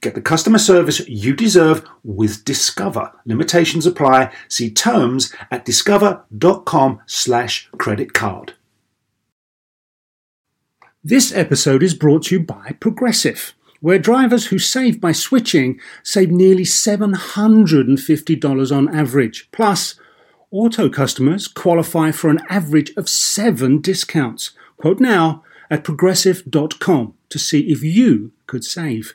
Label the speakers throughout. Speaker 1: Get the customer service you deserve with Discover. Limitations apply. See terms at discover.com slash credit card. This episode is brought to you by Progressive, where drivers who save by switching save nearly $750 on average. Plus, auto customers qualify for an average of seven discounts. Quote now at progressive.com to see if you could save.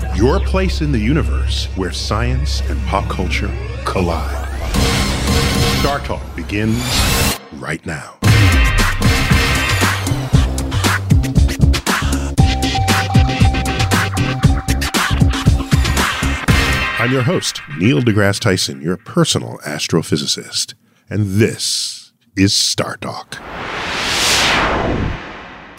Speaker 2: your place in the universe where science and pop culture collide. Star Talk begins right now. I'm your host, Neil deGrasse Tyson, your personal astrophysicist, and this is Star Talk.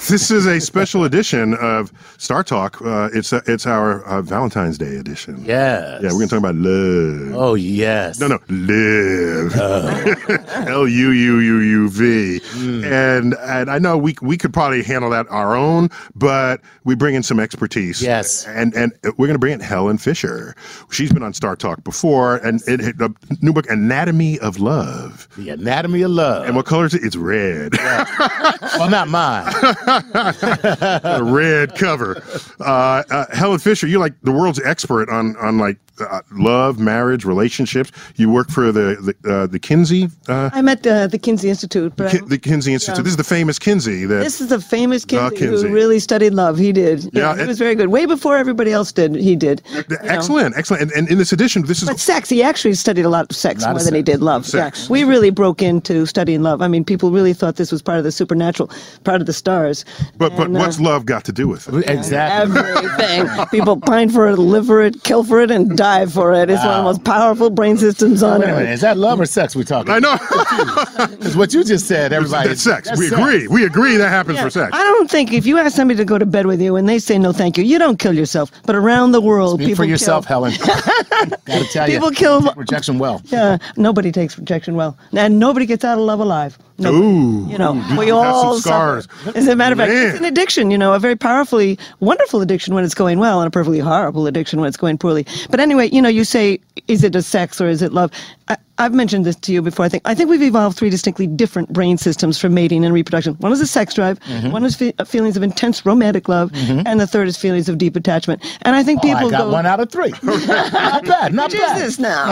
Speaker 3: This is a special edition of Star Talk. Uh, it's a, it's our uh, Valentine's Day edition.
Speaker 4: Yes.
Speaker 3: Yeah, we're gonna talk about love.
Speaker 4: Oh yes.
Speaker 3: No, no, live.
Speaker 4: Oh.
Speaker 3: L U U U U V.
Speaker 4: Mm.
Speaker 3: And and I know we we could probably handle that our own, but we bring in some expertise.
Speaker 4: Yes.
Speaker 3: And and we're gonna bring in Helen Fisher. She's been on Star Talk before, and it, it- the new book Anatomy of Love.
Speaker 4: The anatomy of love.
Speaker 3: And what color is it? It's red.
Speaker 4: well, not mine.
Speaker 3: a red cover. Uh, uh, Helen Fisher, you're like the world's expert on on like uh, love, marriage, relationships. You work for the the, uh, the Kinsey uh,
Speaker 5: I'm at uh, the Kinsey Institute, but
Speaker 3: Ki-
Speaker 5: I'm-
Speaker 3: the Kinsey Institute.
Speaker 5: Yeah.
Speaker 3: This is the famous Kinsey that
Speaker 5: this is the famous
Speaker 3: The
Speaker 5: Kinsey,
Speaker 3: Kinsey.
Speaker 5: who really studied love. He did.
Speaker 3: Yeah,
Speaker 5: he
Speaker 3: and-
Speaker 5: was very good. Way before everybody else did, he did. you know.
Speaker 3: excellent, excellent. And, and in this edition, this is
Speaker 5: But sex, he actually studied a lot of sex
Speaker 4: Lot of
Speaker 5: more than he
Speaker 4: sex.
Speaker 5: did love.
Speaker 3: Sex.
Speaker 5: Yeah. We really broke into studying love. I mean, people really thought this was part of the supernatural, part of the stars.
Speaker 3: but but
Speaker 5: And, uh,
Speaker 3: what's love got to do with it?
Speaker 4: exactly.
Speaker 5: Everything. people pine for it, live for it, kill for it, and die for it. It's one of the most powerful brain systems on
Speaker 4: Wait a minute.
Speaker 5: earth.
Speaker 4: Is that love or sex we talking?
Speaker 3: I know
Speaker 4: Because what you just said, everybody.
Speaker 3: that's sex.
Speaker 4: That's
Speaker 3: we
Speaker 4: sex.
Speaker 3: agree. We agree that happens
Speaker 5: Yeah.
Speaker 3: for sex.
Speaker 5: I don't think if you ask somebody to go to bed with you and they say no, thank you, you don't kill yourself. But around the world,
Speaker 4: Speak
Speaker 5: people
Speaker 4: for
Speaker 5: kill.
Speaker 4: yourself, Helen. Gotta tell you.
Speaker 5: People kill-
Speaker 4: take rejection well.
Speaker 5: Yeah, nobody takes rejection well, and nobody gets out of love alive. Nobody.
Speaker 3: Ooh,
Speaker 5: You know,
Speaker 3: you
Speaker 5: we
Speaker 3: have
Speaker 5: all
Speaker 3: some
Speaker 5: suffer.
Speaker 3: scars.
Speaker 5: As a matter of fact,
Speaker 3: Man.
Speaker 5: it's an addiction. You know, a very powerfully wonderful addiction when it's going well, and a perfectly horrible addiction when it's going poorly. But anyway, you know, you say, is it a sex or is it love? I, I've mentioned this to you before. I think I think we've evolved three distinctly different brain systems for mating and reproduction. One is a sex drive.
Speaker 3: Mm-hmm.
Speaker 5: One is fe- uh, feelings of intense romantic love, and the third is feelings of deep attachment. And I think
Speaker 4: Oh,
Speaker 5: people
Speaker 4: I got
Speaker 5: go.
Speaker 4: one out of three. not bad. Not
Speaker 5: "What is
Speaker 4: bad.
Speaker 5: this now?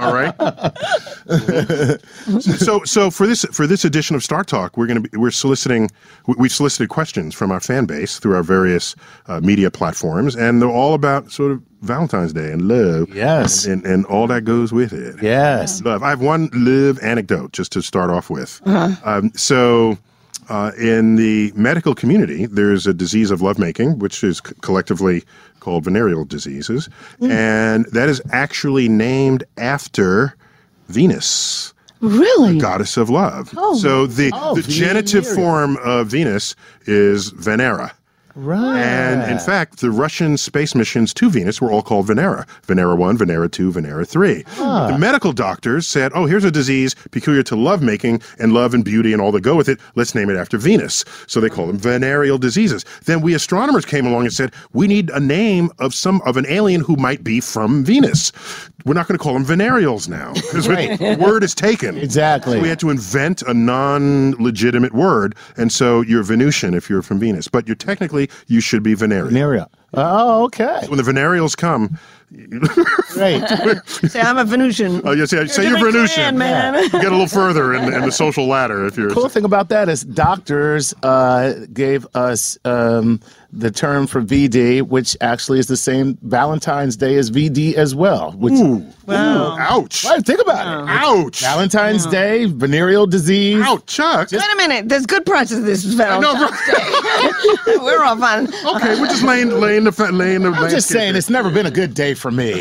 Speaker 3: All right. so so for this for this edition of Star Talk, we're going to be we're soliciting we- we've solicited questions from our fan base through our various uh, media platforms, and they're all about sort of Valentine's Day and love.
Speaker 4: Yes.
Speaker 3: and and, and all that goes with it.
Speaker 4: Yes.
Speaker 3: Love. I have one live anecdote just to start off with.
Speaker 4: Uh-huh.
Speaker 3: Um, so, uh, in the medical community, there's a disease of lovemaking, which is c- collectively called venereal diseases,
Speaker 4: Mm.
Speaker 3: and that is actually named after Venus,
Speaker 5: really?
Speaker 3: goddess of love.
Speaker 5: Oh.
Speaker 3: So the
Speaker 4: Oh,
Speaker 3: the genitive
Speaker 4: venereal.
Speaker 3: form of Venus is Venera.
Speaker 4: Right.
Speaker 3: And in fact, the Russian space missions to Venus were all called Venera. Venera 1, Venera 2, Venera 3. The medical doctors said, oh, here's a disease peculiar to lovemaking and love and beauty and all that go with it. Let's name it after Venus. So they call them venereal diseases. Then we astronomers came along and said, we need a name of some of an alien who might be from Venus. We're not going to call them venereals now. 'cause
Speaker 4: Right.
Speaker 3: the word is taken.
Speaker 4: Exactly.
Speaker 3: So we had to invent a non-legitimate word, and so you're Venusian if you're from Venus, but you're technically you should be Venerian.
Speaker 4: Venereal. Oh, okay.
Speaker 3: When the venereals come,
Speaker 4: Great.
Speaker 5: Say, I'm a Venusian.
Speaker 3: oh, you say, say
Speaker 5: You're
Speaker 3: you're
Speaker 5: doing
Speaker 3: Venusian.
Speaker 5: grand, man.
Speaker 3: You get a little further in, in the social ladder if you're.
Speaker 4: cool thing about that is doctors uh, gave us um, the term for VD, which actually is the same Valentine's Day as VD as well. Which,
Speaker 5: Wow.
Speaker 3: Ouch!
Speaker 4: Right, think about
Speaker 5: Oh.
Speaker 4: it.
Speaker 3: Ouch!
Speaker 4: Valentine's Day, venereal disease.
Speaker 3: Ouch, Chuck.
Speaker 5: Wait a minute. There's good parts of this
Speaker 3: no,
Speaker 5: Valentine's Day. We're off on.
Speaker 3: okay, we're just laying, laying the, fa- laying the.
Speaker 4: I'm just saying, it's never been a good day for me.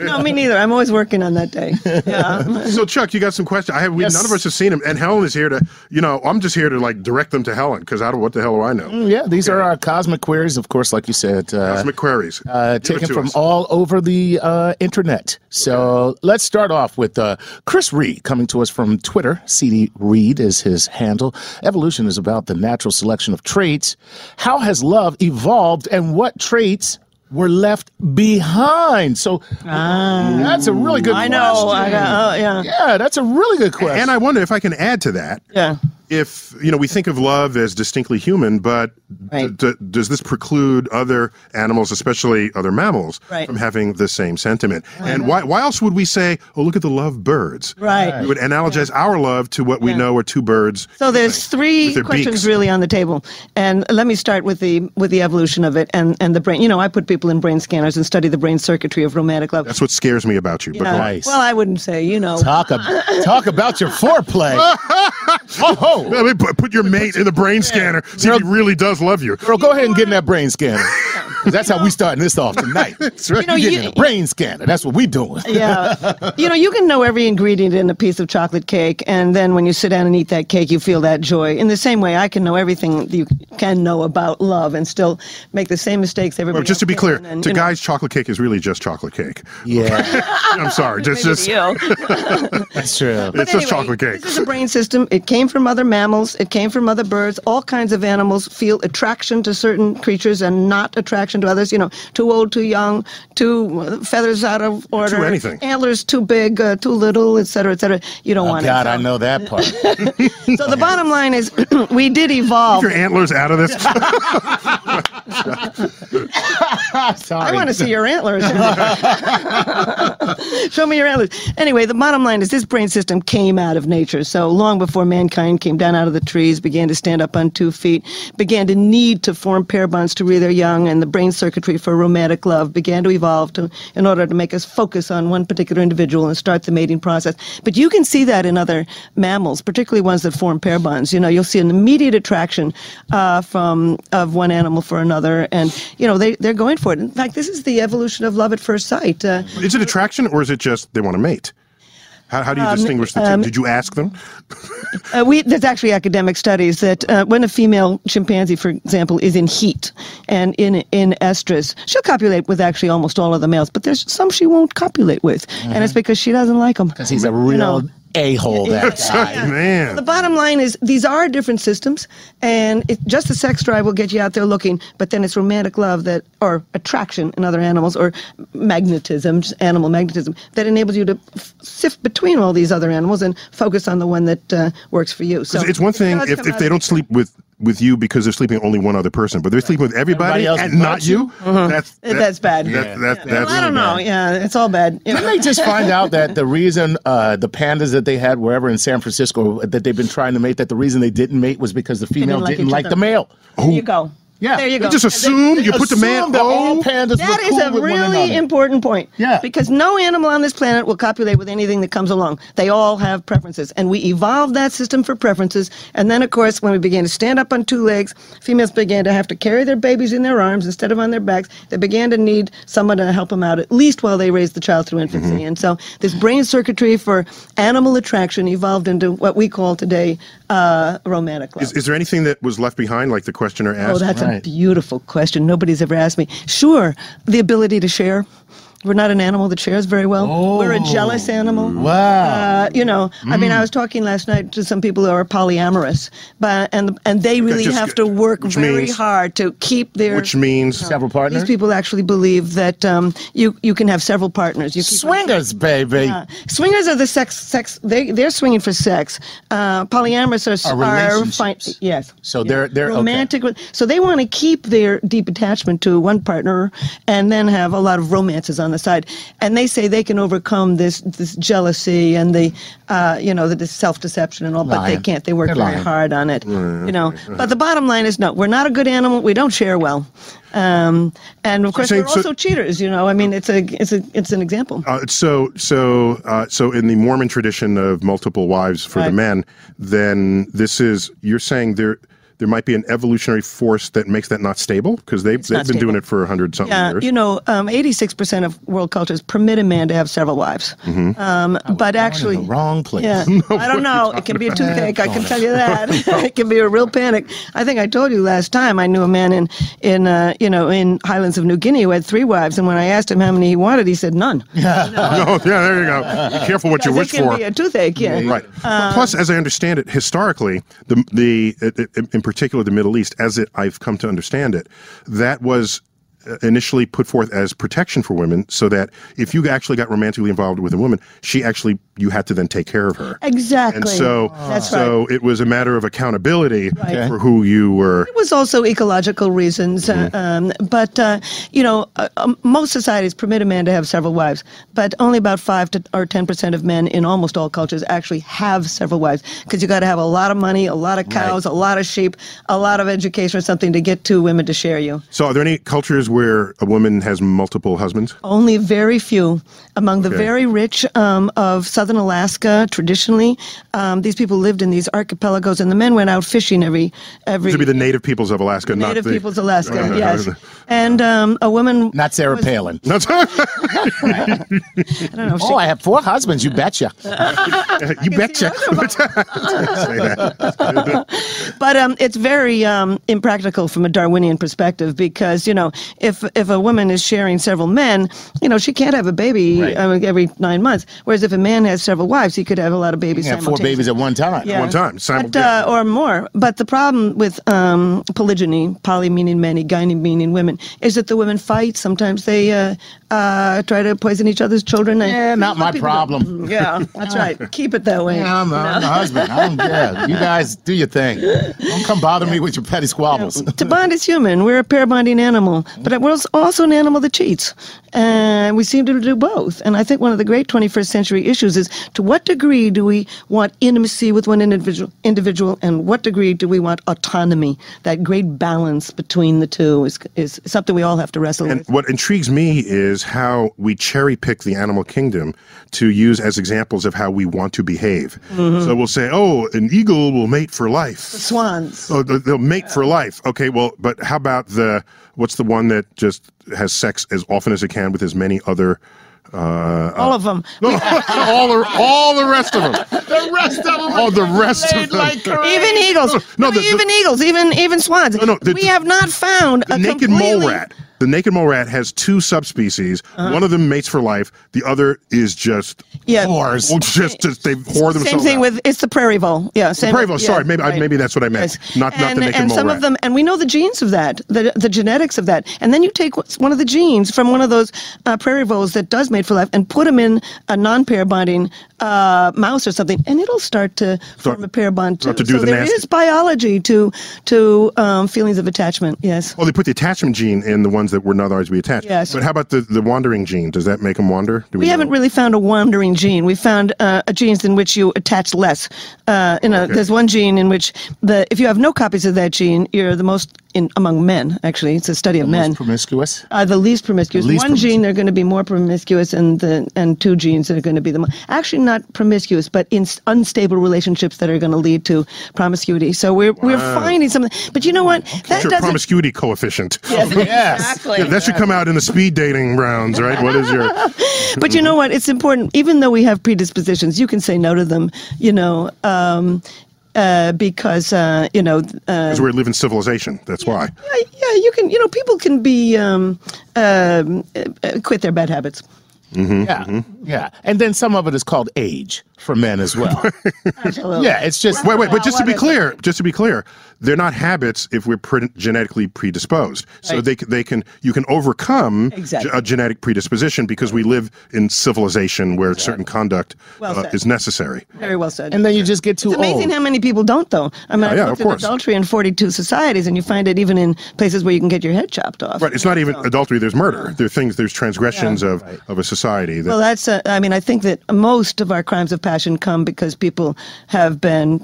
Speaker 5: No, me neither. I'm always working on that day. Yeah.
Speaker 3: So, Chuck, you got some questions. I have. We,
Speaker 4: Yes.
Speaker 3: None of us have seen him, and Helen is here to. You know, I'm just here to like direct them to Helen because I don't. What the hell do I know?
Speaker 4: yeah, these are our cosmic queries, of course, like you said. Mm, Uh,
Speaker 3: That's McQuarrie's.
Speaker 4: uh,
Speaker 3: Give it
Speaker 4: taken
Speaker 3: to
Speaker 4: from
Speaker 3: us.
Speaker 4: all over the uh, internet. So let's start off with uh, Chris Reed coming to us from Twitter. CD Reed is his handle. Evolution is about the natural selection of traits. How has love evolved and what traits were left behind? So that's a really good
Speaker 5: Ah. I
Speaker 4: question.
Speaker 5: know. I got, oh, yeah.
Speaker 4: Yeah, that's a really good question.
Speaker 3: And I wonder if I can add to that.
Speaker 5: Yeah.
Speaker 3: If you know, we think of love as distinctly human, but
Speaker 5: Right.
Speaker 3: d- d- does this preclude other animals, especially other mammals,
Speaker 5: Right.
Speaker 3: from having the same sentiment? And why? Why else would we say, "Oh, look at the love birds"?
Speaker 5: Right.
Speaker 3: We would analogize our love to what we
Speaker 5: Yeah.
Speaker 3: know are two birds.
Speaker 5: So there's
Speaker 3: With
Speaker 5: three
Speaker 3: their
Speaker 5: questions
Speaker 3: beaks.
Speaker 5: really on the table, and let me start with the with the evolution of it and, and the brain. You know, I put people in brain scanners and study the brain circuitry of romantic love.
Speaker 3: That's what scares me about you. But
Speaker 5: You know,
Speaker 3: go on.
Speaker 4: Nice.
Speaker 5: Well, I wouldn't say you know.
Speaker 4: talk, ab- talk about your foreplay. oh,
Speaker 3: Well, I mean, put, put your mate in the brain scanner. See if he really does love you.
Speaker 4: Girl, go ahead and get in that brain scanner. 'Cause That's how we starting this off tonight. That's right.
Speaker 5: You know,
Speaker 4: You getting
Speaker 5: you-
Speaker 4: in a brain scanner. That's what we doing.
Speaker 5: yeah. You know, you can know every ingredient in a piece of chocolate cake, and then when you sit down and eat that cake, you feel that joy. In the same way, I can know everything you can know about love and still make the same mistakes everybody
Speaker 3: Well, just to
Speaker 5: else
Speaker 3: be
Speaker 5: can,
Speaker 3: clear,
Speaker 5: and,
Speaker 3: to
Speaker 5: you know,
Speaker 3: guys, chocolate cake is really just chocolate cake.
Speaker 4: Yeah,
Speaker 3: I'm sorry, just
Speaker 5: maybe
Speaker 3: just
Speaker 5: to you.
Speaker 4: that's true.
Speaker 3: it's just chocolate cake.
Speaker 5: This is a brain system. It came from other mammals. It came from other birds. All kinds of animals feel attraction to certain creatures and not attraction to others. You know, too old, too young, too uh, feathers out of order,
Speaker 3: anything.
Speaker 5: antlers too big, uh, too little, et cetera, et cetera. You don't
Speaker 4: Oh,
Speaker 5: want
Speaker 4: God,
Speaker 5: it.
Speaker 4: I know that part.
Speaker 5: So the bottom line is, we did evolve.
Speaker 3: Your antlers out of this.
Speaker 4: Sorry.
Speaker 5: I want to see your antlers. Show me your antlers. Anyway, the bottom line is this brain system came out of nature. So long before mankind came down out of the trees, began to stand up on two feet, began to need to form pair bonds to rear their young, and the brain circuitry for romantic love began to evolve to, in order to make us focus on one particular individual and start the mating process. But you can see that in other mammals, particularly ones that form pair bonds. You know, you'll see an immediate attraction uh, from of one animal for another, and you know they they're going for it. In fact, this is the evolution of love at first sight. Uh,
Speaker 3: is it attraction or is it just they want to mate? How, how do
Speaker 5: Um,
Speaker 3: you distinguish the two? Did you ask them?
Speaker 5: Uh, we, there's actually academic studies that uh, when a female chimpanzee, for example, is in heat and in in estrus, she'll copulate with actually almost all of the males, but there's some she won't copulate with, and it's because she doesn't like them.
Speaker 4: Because Mm-hmm. he's a real a hole. That guy.
Speaker 5: The
Speaker 3: Man,
Speaker 5: bottom line is these are different systems, and it, just the sex drive will get you out there looking, but then it's romantic love that, or attraction in other animals, or magnetism, just animal magnetism, that enables you to f- sift between all these other animals and focus on the one that uh, works for you. So
Speaker 3: it's one thing
Speaker 5: does
Speaker 3: if,
Speaker 5: come
Speaker 3: if
Speaker 5: out
Speaker 3: they
Speaker 5: of-
Speaker 3: don't sleep with with you because they're sleeping with only one other person, but they're sleeping with everybody,
Speaker 4: Everybody else
Speaker 3: and not
Speaker 4: but
Speaker 3: you. That's that-
Speaker 5: Uh-huh. That's bad.
Speaker 3: That, that, That's
Speaker 5: I don't know. Yeah, it's all bad. You know,
Speaker 4: Didn't they just find out that the reason uh, the pandas that they had wherever in San Francisco that they've been trying to mate, that the reason they didn't mate was because the female
Speaker 5: like
Speaker 4: didn't
Speaker 5: each
Speaker 4: like
Speaker 5: other.
Speaker 4: the male.
Speaker 5: there you go.
Speaker 4: Yeah,
Speaker 5: there you
Speaker 3: They
Speaker 5: go.
Speaker 3: just assume you put the man.
Speaker 4: Assume that all
Speaker 3: Oh,
Speaker 4: pandas
Speaker 5: That
Speaker 4: were
Speaker 5: is
Speaker 4: cool
Speaker 5: a
Speaker 4: with one
Speaker 5: really
Speaker 4: another.
Speaker 5: important point.
Speaker 4: Yeah.
Speaker 5: Because no animal on this planet will copulate with anything that comes along. They all have preferences. And we evolved that system for preferences. And then, of course, when we began to stand up on two legs, females began to have to carry their babies in their arms instead of on their backs. They began to need someone to help them out, at least while they raised the child through infancy.
Speaker 3: Mm-hmm.
Speaker 5: And so this brain circuitry for animal attraction evolved into what we call today uh, romantic love.
Speaker 3: Is, is there anything that was left behind, like the questioner asked?
Speaker 5: Oh, that's
Speaker 4: Right.
Speaker 5: a beautiful question. Nobody's ever asked me. Sure, the ability to share. We're not an animal that shares very well. We're a jealous animal.
Speaker 4: Wow.
Speaker 5: Uh, you know, I mean, I was talking last night to some people who are polyamorous, but and and they really
Speaker 3: just-
Speaker 5: have to work
Speaker 3: which
Speaker 5: very
Speaker 3: means-
Speaker 5: hard to keep their.
Speaker 3: which means
Speaker 4: Several
Speaker 5: these
Speaker 4: partners.
Speaker 5: people actually believe that um, you you can have several partners. You keep
Speaker 4: Swingers, baby.
Speaker 5: Swingers are the sex sex. They they're swinging for sex. Uh, polyamorous are
Speaker 4: Are relationships.
Speaker 5: yes.
Speaker 4: So they're- they're- okay.
Speaker 5: romantic. re- So they want to keep their deep attachment to one partner, and then have a lot of romances on the side. And they say they can overcome this this jealousy and the uh, you know the self deception and all, but they
Speaker 4: Lying.
Speaker 5: can't. They work
Speaker 4: They're
Speaker 5: very
Speaker 4: lying.
Speaker 5: hard on it. You know. But the bottom line is no, we're not a good animal. We don't share well. Um, and of course,
Speaker 3: saying-
Speaker 5: we're
Speaker 3: so-
Speaker 5: also cheaters. You know, I mean, it's a it's a it's an example.
Speaker 3: Uh, so so uh, so in the Mormon tradition of multiple wives for the
Speaker 5: Right.
Speaker 3: men, then this is you're saying there there might be an evolutionary force that makes that not stable because they they've been
Speaker 5: not
Speaker 3: doing
Speaker 5: stable.
Speaker 3: it for hundred something
Speaker 5: Yeah,
Speaker 3: years.
Speaker 5: you know, um, 86% of world cultures permit a man to have several wives.
Speaker 4: Mm-hmm.
Speaker 5: Um, but actually,
Speaker 4: in the wrong place.
Speaker 5: Yeah, I don't know. It can be a toothache. I
Speaker 4: Come
Speaker 5: can
Speaker 4: on.
Speaker 5: tell you that. it can be a real panic. I think I told you last time. I knew a man in in uh, you know in Highlands of New Guinea who had three wives, and when I asked him how many he wanted, he said none.
Speaker 3: no, Oh, yeah, there you go. Be careful what you
Speaker 5: Because
Speaker 3: wish
Speaker 5: it can
Speaker 3: for.
Speaker 5: be a toothache. Yeah.
Speaker 3: Right. Plus, as I understand it, historically, the the i- i- in particular the Middle East, as it I've come to understand it, that was uh, initially put forth as protection for women, so that if you actually got romantically involved with a woman, she actually you had to then take care of her.
Speaker 5: Exactly.
Speaker 3: And
Speaker 5: Oh.
Speaker 3: so,
Speaker 5: That's right.
Speaker 3: so it was a matter of accountability
Speaker 4: Okay.
Speaker 3: for who you were.
Speaker 5: It was also ecological reasons, uh,
Speaker 3: Mm-hmm.
Speaker 5: um, but uh, you know, uh, um, most societies permit a man to have several wives, but only about five to or ten percent of men in almost all cultures actually have several wives because you got to have a lot of money, a lot of cows, a lot of sheep, a lot of education or something to get two women to share you.
Speaker 3: So, are there any cultures where a woman has multiple husbands?
Speaker 5: Only very few among the
Speaker 3: Okay.
Speaker 5: very rich um, of southern Alaska. Traditionally, um, these people lived in these archipelagos, and the men went out fishing every every.
Speaker 3: To be the native peoples of Alaska, not
Speaker 5: Native
Speaker 3: the
Speaker 5: peoples, Alaska,
Speaker 3: Right.
Speaker 5: yes, and um, a woman
Speaker 4: Not Sarah Palin.
Speaker 3: Not
Speaker 5: I don't know. if she- Uh,
Speaker 4: Oh, I have four husbands. You betcha.
Speaker 3: you betcha. Say that.
Speaker 5: But um, it's very um, impractical from a Darwinian perspective because you know if if a woman is sharing several men, you know she can't have a baby
Speaker 4: Right.
Speaker 5: uh, every nine months. Whereas if a man has several wives, he could have a lot of babies.
Speaker 4: You have four
Speaker 5: simultaneously.
Speaker 4: babies at one time.
Speaker 5: Yeah.
Speaker 3: One time, simul-
Speaker 5: But, uh, or more. But the problem with um, polygyny, poly meaning many, gyne meaning women, is that the women fight. Sometimes they uh, uh, try to poison each other's children. I-
Speaker 4: Eh, not my
Speaker 5: people go,
Speaker 4: problem.
Speaker 5: "Mm, yeah, that's right. Keep it that way.
Speaker 4: Yeah, I'm, I'm the husband. I don't care. You guys do your thing. Don't come bother me with your petty squabbles.
Speaker 5: to bond is human. We're a pair bonding animal, but we're also an animal that cheats. And we seem to do both. And I think one of the great 21st century issues is to what degree do we want intimacy with one individual, individual and what degree do we want autonomy? That great balance between the two is, is something we all have to wrestle
Speaker 3: And
Speaker 5: with.
Speaker 3: what intrigues me is how we cherry pick the animal kingdom to use as examples of how we want to behave.
Speaker 5: Mm-hmm.
Speaker 3: So we'll say, oh, an eagle will mate for life.
Speaker 5: Swans.
Speaker 3: Oh, th- they'll mate for life. Okay, well, but how about the what's the one that just has sex as often as it can with as many other? Uh,
Speaker 5: All of them.
Speaker 3: all the all the rest of them. The rest of them. Oh, the rest of them.
Speaker 5: Even eagles.
Speaker 3: No,
Speaker 5: No,
Speaker 3: the- the-
Speaker 5: even eagles. Even even swans.
Speaker 3: no, the-
Speaker 5: we have not found
Speaker 3: the
Speaker 5: a
Speaker 3: naked
Speaker 5: completely, Uh-huh.
Speaker 3: mole rat. The naked mole rat has two subspecies. One of them mates for life. The other is just
Speaker 5: Yeah.
Speaker 4: Whores.
Speaker 3: Well, just, just they whore themselves.
Speaker 5: Same thing
Speaker 3: out.
Speaker 5: with it's the prairie vole. Yeah, same.
Speaker 3: prairie vole.
Speaker 5: yeah,
Speaker 3: sorry, maybe I- maybe that's what I meant. Not- not the
Speaker 5: and,
Speaker 3: naked
Speaker 5: and
Speaker 3: mole
Speaker 5: some
Speaker 3: rat.
Speaker 5: of them, and we know the genes of that, the the genetics of that, and then you take what's- one of the genes from one of those uh, prairie voles that does mate for life, and put them in a non-pair bonding uh, mouse or something, and it'll start to form a pair bond too.
Speaker 3: start to do
Speaker 5: so
Speaker 3: the
Speaker 5: there
Speaker 3: nasty.
Speaker 5: is biology to to um, feelings of attachment. Yes.
Speaker 3: Oh, they put the attachment gene in the ones that would not otherwise be attached.
Speaker 5: Yes.
Speaker 3: But how about the, the wandering gene? Does that make them wander? Do
Speaker 5: We haven't
Speaker 3: know?
Speaker 5: really found a wandering gene. We found uh, a genes in which you attach less. Uh, you know, there's one gene in which the if you have no copies of that gene, you're the most in among men. Actually, it's a study of men.
Speaker 4: Promiscuous.
Speaker 5: Uh, the least promiscuous.
Speaker 4: The least
Speaker 5: One gene they're going to be more promiscuous, and the and two genes that are going to be the mo- actually not promiscuous, but in s- unstable relationships that are going to lead to promiscuity. So we're we're finding something. But you know what?
Speaker 3: What's
Speaker 5: That
Speaker 3: your
Speaker 5: doesn't.
Speaker 3: promiscuity coefficient?
Speaker 4: Yes.
Speaker 3: Yeah, that should come out in the speed dating rounds, right? What is your?
Speaker 5: But you know what? It's important. Even though we have predispositions, you can say no to them. You know. Um, uh, because uh, you know. Uh,
Speaker 3: Because we live in civilization. That's why.
Speaker 5: yeah, yeah, you can. You know, people can be um, um, uh, uh, quit their bad habits.
Speaker 4: Yeah, yeah. And then some of it is called age for men as well.
Speaker 5: Absolutely.
Speaker 4: yeah, it's just
Speaker 3: Wait, wait, but just to be
Speaker 5: Whatever.
Speaker 3: clear, just to be clear, they're not habits if we're pre- genetically predisposed. So
Speaker 5: Right.
Speaker 3: they c- they can you can overcome ge-
Speaker 5: Exactly.
Speaker 3: a genetic predisposition because we live in civilization where certain conduct
Speaker 5: Well
Speaker 3: uh,
Speaker 5: said.
Speaker 3: is necessary.
Speaker 5: Very well said.
Speaker 4: and then you just get too
Speaker 5: It's amazing
Speaker 4: old.
Speaker 5: how many people don't, though. I mean,
Speaker 3: Oh. Yeah, yeah,
Speaker 5: I
Speaker 3: of
Speaker 5: looked at
Speaker 3: course.
Speaker 5: adultery in 42 societies, and you find it even in places where you can get your head chopped off.
Speaker 3: Right, it's not even adultery. There's murder. There are things. There's transgressions of, of a society. That,
Speaker 5: Well, that's. Uh, I mean, I think that most of our crimes of passion come because people have been,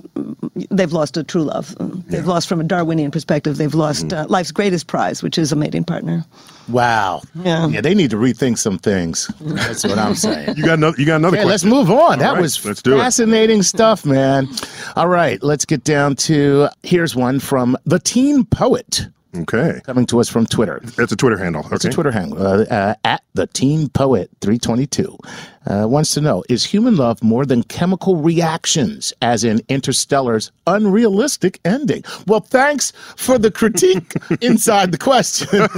Speaker 5: they've lost a true love. They've lost, from a Darwinian perspective, they've lost
Speaker 3: Mm.
Speaker 5: uh, life's greatest prize, which is a mating partner.
Speaker 4: Wow.
Speaker 5: Yeah.
Speaker 4: they need to rethink some things. That's what I'm saying.
Speaker 3: you got another. You got another.
Speaker 4: Okay, let's
Speaker 3: question.
Speaker 4: move on. that
Speaker 3: right,
Speaker 4: was
Speaker 3: let's do it.
Speaker 4: fascinating stuff, man. All right, let's get down to here's one from the teen poet
Speaker 3: Okay,
Speaker 4: coming to us from Twitter.
Speaker 3: that's a Twitter handle. Okay,
Speaker 4: It's a Twitter handle uh, uh, at the Teen Poet 322 uh, wants to know: Is human love more than chemical reactions, as in Interstellar's unrealistic ending? Well, thanks for the critique inside the question.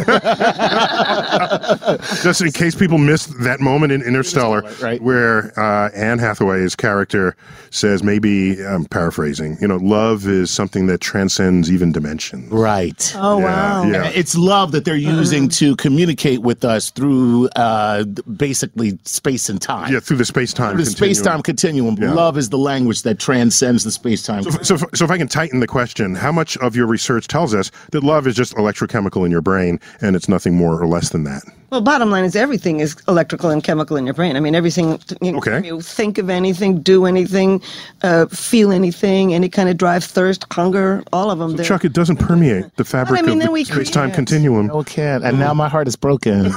Speaker 3: just in case people missed that moment in Interstellar,
Speaker 4: right.
Speaker 3: where uh, Anne Hathaway's character says, maybe I'm paraphrasing, you know, love is something that transcends even dimensions.
Speaker 4: right.
Speaker 5: Oh
Speaker 3: Yeah,
Speaker 5: wow!
Speaker 3: yeah. Mm-hmm.
Speaker 4: It's love that they're using to communicate with us through uh, th- basically space and time.
Speaker 3: Yeah, through the space time.
Speaker 4: Through the space time continuum. Love is the language that transcends the space time.
Speaker 3: So, if- so if I can tighten the question, how much of your research tells us that love is just electrochemical in your brain and it's nothing more or less than that?
Speaker 5: Well, bottom line is everything is electrical and chemical in your brain. I mean, everything. You,
Speaker 3: Okay.
Speaker 5: You think of anything, do anything, uh, feel anything, any kind of drive, thirst, hunger, all of them. they're-
Speaker 3: Chuck, it doesn't permeate the fabric
Speaker 5: mean,
Speaker 3: of
Speaker 5: then
Speaker 3: the
Speaker 5: we
Speaker 3: space time
Speaker 5: create-
Speaker 3: continuum.
Speaker 4: Oh, can and
Speaker 3: Mm-hmm.
Speaker 4: now my heart is broken.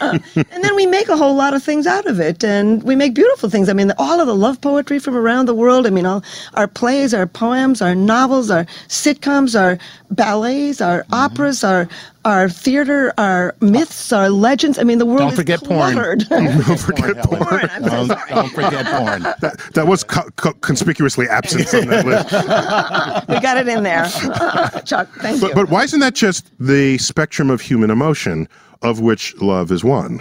Speaker 5: and then we make a whole lot of things out of it and we make beautiful things i mean all of the love poetry from around the world i mean all our plays our poems our novels our sitcoms our ballets our
Speaker 3: Mm-hmm.
Speaker 5: operas our our theater our myths our legends i mean the world
Speaker 4: Don't
Speaker 5: is
Speaker 4: forget porn.
Speaker 5: cluttered.
Speaker 3: Don't forget porn. Um,
Speaker 5: Porn, I'm so
Speaker 4: Don't,
Speaker 5: sorry.
Speaker 4: don't forget porn.
Speaker 3: That, that was co- co- conspicuously absent from that list.
Speaker 5: we got it in there Uh, chuck thank you
Speaker 3: But, but why isn't that just the spectrum of human emotion of which love is one?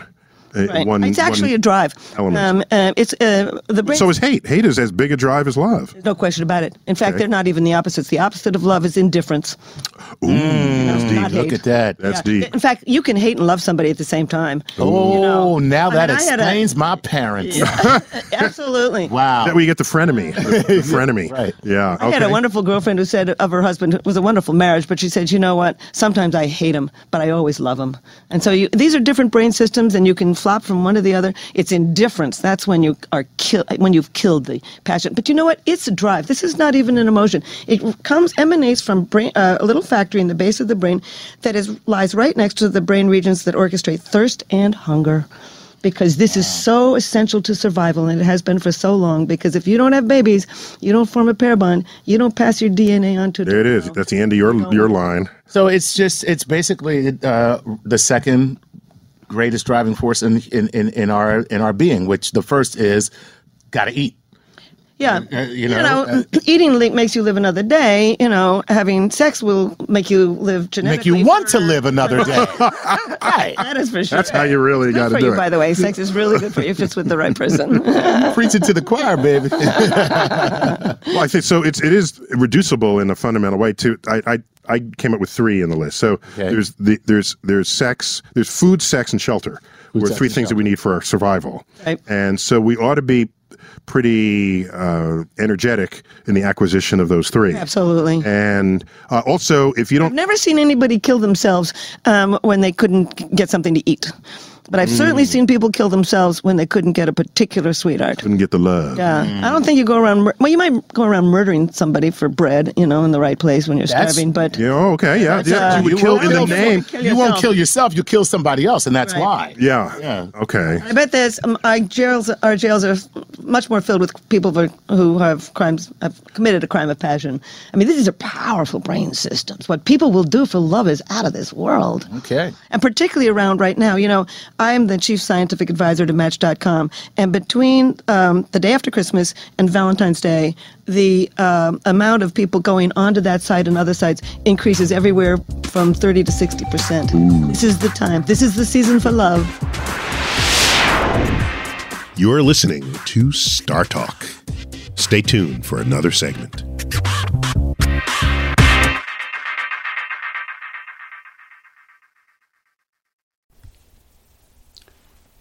Speaker 3: Uh,
Speaker 5: Right.
Speaker 3: one-
Speaker 5: it's actually
Speaker 3: one-
Speaker 5: a drive
Speaker 3: element.
Speaker 5: uh, it's uh, the brain
Speaker 3: So is hate. Hate is as big a drive as love.
Speaker 5: no question about it. In fact, they're not even the opposites. The opposite of love is indifference.
Speaker 3: Ooh, that's
Speaker 5: not
Speaker 3: deep.
Speaker 5: hate.
Speaker 4: Look at that.
Speaker 3: That's
Speaker 5: Mm. Yeah.
Speaker 3: deep.
Speaker 5: In fact, you can hate and love somebody at the same time.
Speaker 4: Oh, now that
Speaker 5: mean, I had a-
Speaker 4: explains my parents.
Speaker 5: Absolutely.
Speaker 4: Wow.
Speaker 3: That way you get the frenemy. The, the frenemy.
Speaker 4: Right.
Speaker 3: Yeah. Okay.
Speaker 5: I had a wonderful girlfriend who said of her husband it was a wonderful marriage, but she said, you know what? Sometimes I hate him, but I always love him. And so you, these are different brain systems, and you can flop from one to the other. It's indifference. That's when you are kill, when you've killed the passion. But you know what? It's a drive. This is not even an emotion. It comes emanates from brain, uh, a little factory in the base of the brain that is lies right next to the brain regions that orchestrate thirst and hunger. because this is so essential to survival and it has been for so long because if you don't have babies you don't form a pair bond you don't pass your dna on to
Speaker 3: there it is. That's the end of your your line.
Speaker 4: So it's just it's basically uh, the second greatest driving force in, in in in our in our being, which the first is gotta eat.
Speaker 5: yeah
Speaker 4: Uh, you know, uh,
Speaker 5: eating li- makes you live another day you know having sex will make you live
Speaker 4: Make
Speaker 5: genetically
Speaker 4: you want to
Speaker 5: for-
Speaker 4: live another day. right.
Speaker 5: that is for sure that's
Speaker 3: how you really
Speaker 5: good
Speaker 3: gotta
Speaker 5: for
Speaker 3: do
Speaker 5: you,
Speaker 3: it.
Speaker 5: by the way sex is really good for you if it's with the right person
Speaker 4: Preaching to the choir, baby.
Speaker 3: Well, I think so. It's it is reducible in a fundamental way. To I I, I came up with three in the list. So
Speaker 4: Okay.
Speaker 3: there's the, there's there's sex, there's food, sex, and shelter. were
Speaker 4: sex,
Speaker 3: three
Speaker 4: and
Speaker 3: things that we need for our survival.
Speaker 5: Right.
Speaker 3: And so we ought to be pretty uh, energetic in the acquisition of those three.
Speaker 5: absolutely
Speaker 3: And uh, also, if you
Speaker 5: I've
Speaker 3: don't,
Speaker 5: never seen anybody kill themselves um, when they couldn't get something to eat but I've certainly seen people kill themselves when they couldn't get a particular sweetheart.
Speaker 3: didn't get the love.
Speaker 5: Yeah, I don't think you go around. mur- Well, you might go around murdering somebody for bread, you know, in the right place when you're
Speaker 4: That's-
Speaker 5: starving. But
Speaker 3: Yeah, oh, okay. Yeah.
Speaker 5: That's,
Speaker 3: yeah.
Speaker 5: uh,
Speaker 3: you would
Speaker 5: You
Speaker 3: kill
Speaker 5: will
Speaker 3: in the
Speaker 5: kill someone.
Speaker 3: name.
Speaker 5: Kill
Speaker 4: You won't
Speaker 5: yourself.
Speaker 4: kill yourself. You'll kill somebody else, and that's
Speaker 5: Right.
Speaker 4: why.
Speaker 3: Yeah.
Speaker 4: Yeah.
Speaker 3: Okay.
Speaker 5: I bet there's um, our jails. Our jails are much more filled with people for, who have crimes, have committed a crime of passion. I mean, these are powerful brain systems. What people will do for love is out of this world.
Speaker 4: Okay.
Speaker 5: and particularly around right now. You know, I'm the chief scientific advisor to Match.com, and between um, the day after Christmas and Valentine's Day, the um, amount of people going onto that site and other sites increases everywhere from 30 to 60 percent. This is the time. This is the season for love.
Speaker 2: You're listening to Star Talk. Stay tuned for another segment.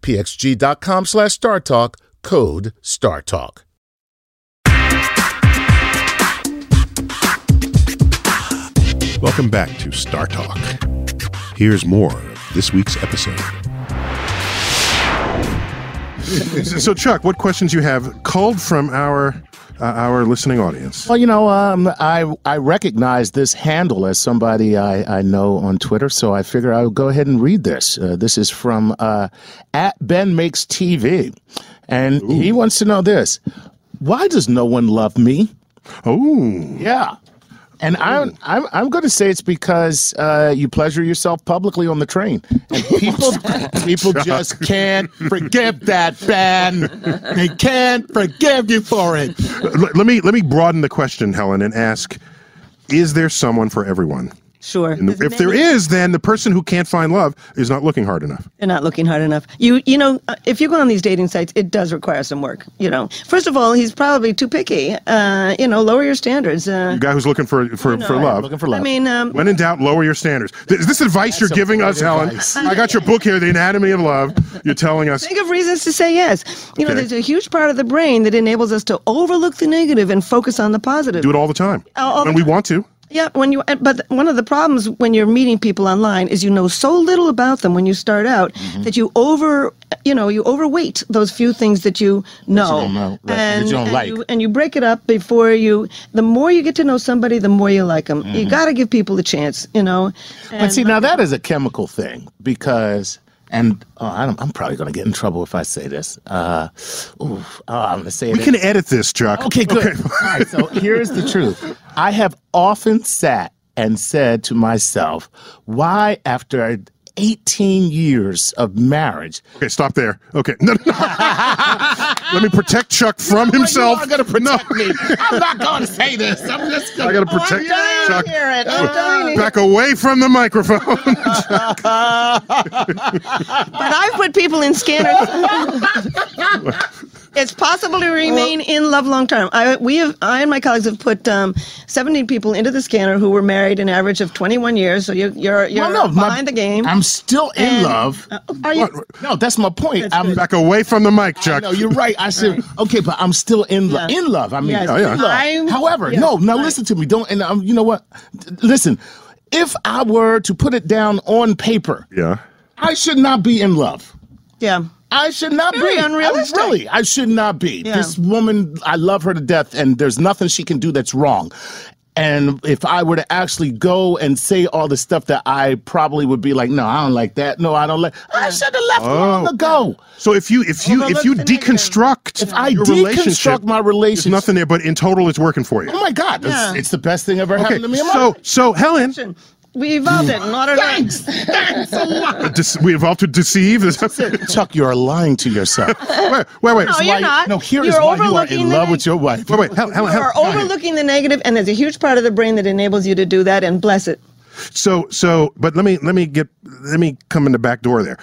Speaker 4: pxg.com slash StarTalk. Code StarTalk.
Speaker 2: Welcome back to Star Talk. Here's more of this week's episode.
Speaker 3: so, Chuck, what questions you have culled from our uh, our listening audience?
Speaker 4: Well, you know, um, I I recognize this handle as somebody I, I know on Twitter, so I figure I'll go ahead and read this. Uh, this is from uh, at Ben Makes TV, and he wants to know this: Why does no one love me?
Speaker 3: Oh,
Speaker 4: Yeah. And I'm I'm I'm going to say it's because uh, you pleasure yourself publicly on the train, and people people just can't forgive that, Ben. They can't forgive you for it.
Speaker 3: L- let me let me broaden the question, Helen, and ask: Is there someone for everyone?
Speaker 5: Sure.
Speaker 3: And
Speaker 5: There's a
Speaker 3: if there
Speaker 5: name-
Speaker 3: is, then the person who can't find love is not looking hard enough.
Speaker 5: They're not looking hard enough. You you know, uh, if you go on these dating sites, it does require some work. You know, first of all, he's probably too picky. Uh, you know, lower your standards. Uh,
Speaker 3: The guy who's looking for for, for love.
Speaker 4: Looking for love.
Speaker 5: I mean, um,
Speaker 3: when in doubt, lower your standards. Th- Is this advice you're
Speaker 4: some
Speaker 3: giving us,
Speaker 4: great
Speaker 3: Helen?
Speaker 4: advice.
Speaker 3: I got your book here, The Anatomy of Love. You're telling us.
Speaker 5: think of reasons to say yes. You know,
Speaker 3: Okay.
Speaker 5: there's a huge part of the brain that enables us to overlook the negative and focus on the positive.
Speaker 3: Do it all the time.
Speaker 4: Oh,
Speaker 5: all the
Speaker 3: when we want to.
Speaker 5: Yeah, when you but one of the problems when you're meeting people online is you know so little about them when you start out
Speaker 4: Mm-hmm.
Speaker 5: that you over you know you overweight those few things that you know,
Speaker 4: don't know, right, that
Speaker 5: and
Speaker 4: you don't
Speaker 5: and
Speaker 4: like.
Speaker 5: you, and you break it up before you. The more you get to know somebody, the more you like them.
Speaker 4: Mm-hmm.
Speaker 5: You got to give people a chance, you know.
Speaker 4: But see, now that is a chemical thing because, and oh, I don't, I'm probably going to get in trouble if I say this. Uh, ooh, oh, I'm going to say
Speaker 3: We
Speaker 4: it.
Speaker 3: can edit this, Chuck.
Speaker 4: Okay, good. All right, so here's the truth. I have often sat and said to myself, why after 18 years of marriage,
Speaker 3: Okay, stop there. Okay. No, no, no. Let me protect Chuck from himself.
Speaker 4: I'm going to protect me. I'm not going to say this. I'm just going
Speaker 3: I gotta protect Chuck.
Speaker 4: it. I'm dying.
Speaker 3: Back away from the microphone.
Speaker 5: But I've put people in scanners. it's possible to remain in love long term. I we have I and my colleagues have put um, 17 people into the scanner who were married an average of 21 years. So you, you're you're
Speaker 4: Well, no, my-
Speaker 5: behind the game.
Speaker 4: I'm still in
Speaker 5: And-
Speaker 4: love.
Speaker 5: Are you?
Speaker 4: No, uh, that's my point. I'm
Speaker 3: Back away from the mic,
Speaker 4: I
Speaker 3: Chuck.
Speaker 4: know you're right. I said okay, but I'm still in love. In love. I mean,
Speaker 5: Yes.
Speaker 3: Oh, yeah.
Speaker 4: in love.
Speaker 5: I'm-
Speaker 4: However,
Speaker 5: yeah,
Speaker 4: no. Now
Speaker 5: right.
Speaker 4: listen to me. Don't. And um, you know what? D- Listen. If I were to put it down on paper,
Speaker 3: Yeah.
Speaker 4: I should not be in love.
Speaker 5: Yeah.
Speaker 4: I should not
Speaker 5: Very
Speaker 4: be I-
Speaker 5: unrealistic.
Speaker 4: really, I should not be.
Speaker 5: Yeah.
Speaker 4: This woman, I love her to death, and there's nothing she can do that's wrong. And if I were to actually go and say all the stuff that I probably would be like, no, I don't like that. No, I don't like. I should have left
Speaker 3: Oh.
Speaker 4: long ago.
Speaker 3: So if you if you if you
Speaker 5: Overlook the negative.
Speaker 3: deconstruct
Speaker 4: If I
Speaker 3: your relationship,
Speaker 4: deconstruct my
Speaker 3: there's
Speaker 4: relationship,
Speaker 3: nothing there. But in total, it's working for you.
Speaker 4: Oh my God, it's,
Speaker 5: Yeah.
Speaker 4: it's the best thing ever
Speaker 3: Okay.
Speaker 4: happened to me. in my
Speaker 3: So
Speaker 4: life.
Speaker 3: so Helen,
Speaker 5: We evolved it in order
Speaker 4: thanks,
Speaker 5: to.
Speaker 4: thanks a lot.
Speaker 3: dis- we evolved to deceive.
Speaker 4: Chuck, you are lying to yourself.
Speaker 3: wait, wait, wait.
Speaker 5: No,
Speaker 4: Why
Speaker 5: you're
Speaker 4: you-
Speaker 5: not.
Speaker 4: No, here is
Speaker 5: You're
Speaker 4: why you are
Speaker 5: overlooking
Speaker 4: in
Speaker 5: the
Speaker 4: love
Speaker 5: neg-
Speaker 4: with your wife.
Speaker 3: Wait, wait, Helen, Helen,
Speaker 5: You
Speaker 3: Helen.
Speaker 5: are overlooking the negative, and there's a huge part of the brain that enables you to do that and bless it.
Speaker 3: So, so, but let me let me get let me come in the back door there.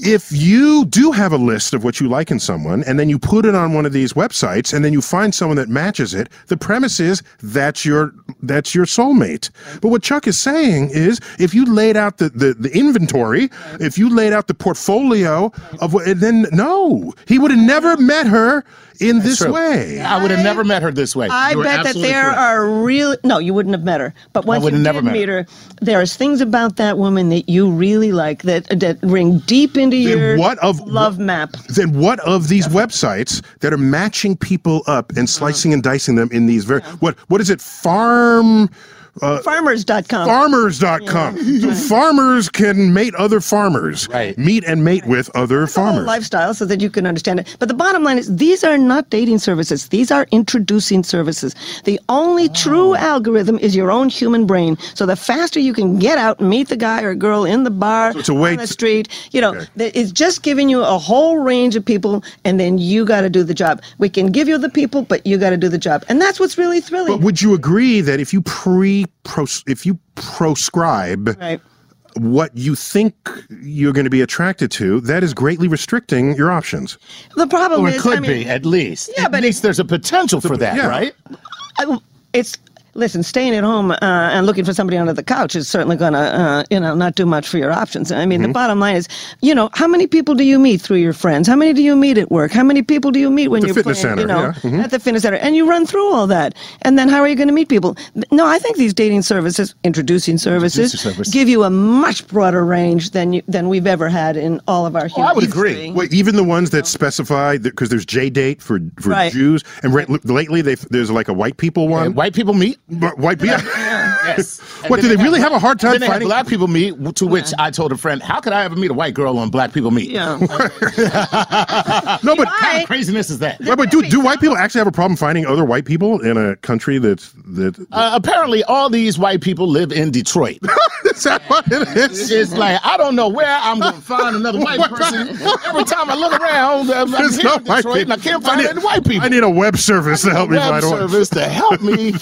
Speaker 3: If you do have a list of what you like in someone, and then you put it on one of these websites, and then you find someone that matches it, the premise is that's your that's your soulmate. But what Chuck is saying is, if you laid out the the, the inventory, if you laid out the portfolio of what, and then no, he would have never met her in this
Speaker 4: True.
Speaker 3: way.
Speaker 4: I would have never met her this way.
Speaker 5: I
Speaker 4: You are
Speaker 5: bet that
Speaker 4: absolutely
Speaker 5: there
Speaker 4: correct.
Speaker 5: are really no. You wouldn't have met her, but once you
Speaker 4: would've
Speaker 5: did
Speaker 4: never met
Speaker 5: meet her, there's things about that woman that you really like that that ring deep into your
Speaker 3: what of-
Speaker 5: love map.
Speaker 3: then what of these websites that are matching people up and slicing and dicing them in these very what what is it farm
Speaker 5: Farmers.com.
Speaker 3: farmers.com so farmers can mate other farmers
Speaker 4: Right.
Speaker 3: meet and mate with other
Speaker 5: Follow
Speaker 3: farmers
Speaker 5: lifestyle so that you can understand it. But the bottom line is these are not dating services. These are introducing services. The
Speaker 4: Oh.
Speaker 5: only true algorithm is your own human brain. So the faster you can get out and meet the guy or girl in the bar,
Speaker 3: it's a way
Speaker 5: on the
Speaker 3: to-
Speaker 5: street, you know, th- it's just giving you a whole range of people and then you got to do the job. We can give you the people, but you got to do the job. And that's what's really thrilling.
Speaker 3: but would you agree that if you pre if you proscribe
Speaker 5: right.
Speaker 3: what you think you're going to be attracted to that is greatly restricting your options
Speaker 5: The problem
Speaker 4: Or
Speaker 5: is
Speaker 4: it could
Speaker 5: I mean,
Speaker 4: be, at least.
Speaker 5: Yeah,
Speaker 4: at
Speaker 5: but
Speaker 4: least there's a potential for that,
Speaker 3: yeah.
Speaker 4: right?
Speaker 5: I, it's listen staying at home uh, and looking for somebody under the couch is certainly going to uh, you know not do much for your options i mean the bottom line is you know how many people do you meet through your friends how many do you meet at work how many people do you meet when
Speaker 3: the
Speaker 5: you're
Speaker 3: fitness
Speaker 5: playing, you
Speaker 3: center,
Speaker 5: know
Speaker 3: yeah.
Speaker 5: at the fitness center and you run through all that and then how are you going to meet people Th- no i think these dating services introducing services
Speaker 4: Introducing services.
Speaker 5: give you a much broader range than you, than we've ever had in all of our
Speaker 4: Oh,
Speaker 5: human
Speaker 4: I would
Speaker 5: history.
Speaker 4: agree.
Speaker 3: Wait, even the ones that specify because there's J date for for
Speaker 5: Right.
Speaker 3: Jews, and re- lately they there's like a white people
Speaker 4: And
Speaker 3: one.
Speaker 4: white people meet.
Speaker 3: But white people.
Speaker 4: Yes. And
Speaker 3: What,
Speaker 4: then
Speaker 3: do they really have a hard time
Speaker 4: then they have
Speaker 3: finding-
Speaker 4: black people meet? w- To which I told a friend, "How could I ever meet a white girl on black people meet?
Speaker 5: yeah
Speaker 3: no, but
Speaker 4: What kind
Speaker 5: I-
Speaker 4: of craziness is that?"
Speaker 3: wait, but do do white people actually have a problem finding other white people in a country that's that?
Speaker 4: Uh, apparently, all these white people live in Detroit.
Speaker 3: is that what it is?
Speaker 4: It's just like I don't know where I'm going to find another white person. Every time I look around, I'm, I'm
Speaker 3: There's
Speaker 4: here
Speaker 3: no
Speaker 4: in Detroit,
Speaker 3: white
Speaker 4: and I can't find
Speaker 3: people.
Speaker 4: any white people.
Speaker 3: I need a web service to help me
Speaker 4: Web
Speaker 3: find one.
Speaker 4: service to help me.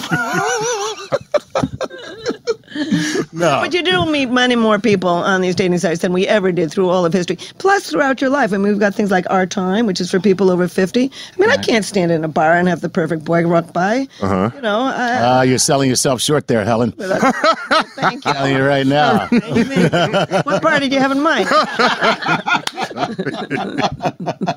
Speaker 4: No.
Speaker 5: But you do meet many more people on these dating sites than we ever did through all of history. Plus, throughout your life, I mean, we've got things like Our Time, which is for people over 50. I mean, I can't stand in a bar and have the perfect boy walk by. Uh-huh. You know, I,
Speaker 4: Ah, you're selling yourself short there, Helen.
Speaker 5: thank you.
Speaker 4: Telling you right now.
Speaker 5: what bar did you have in mind?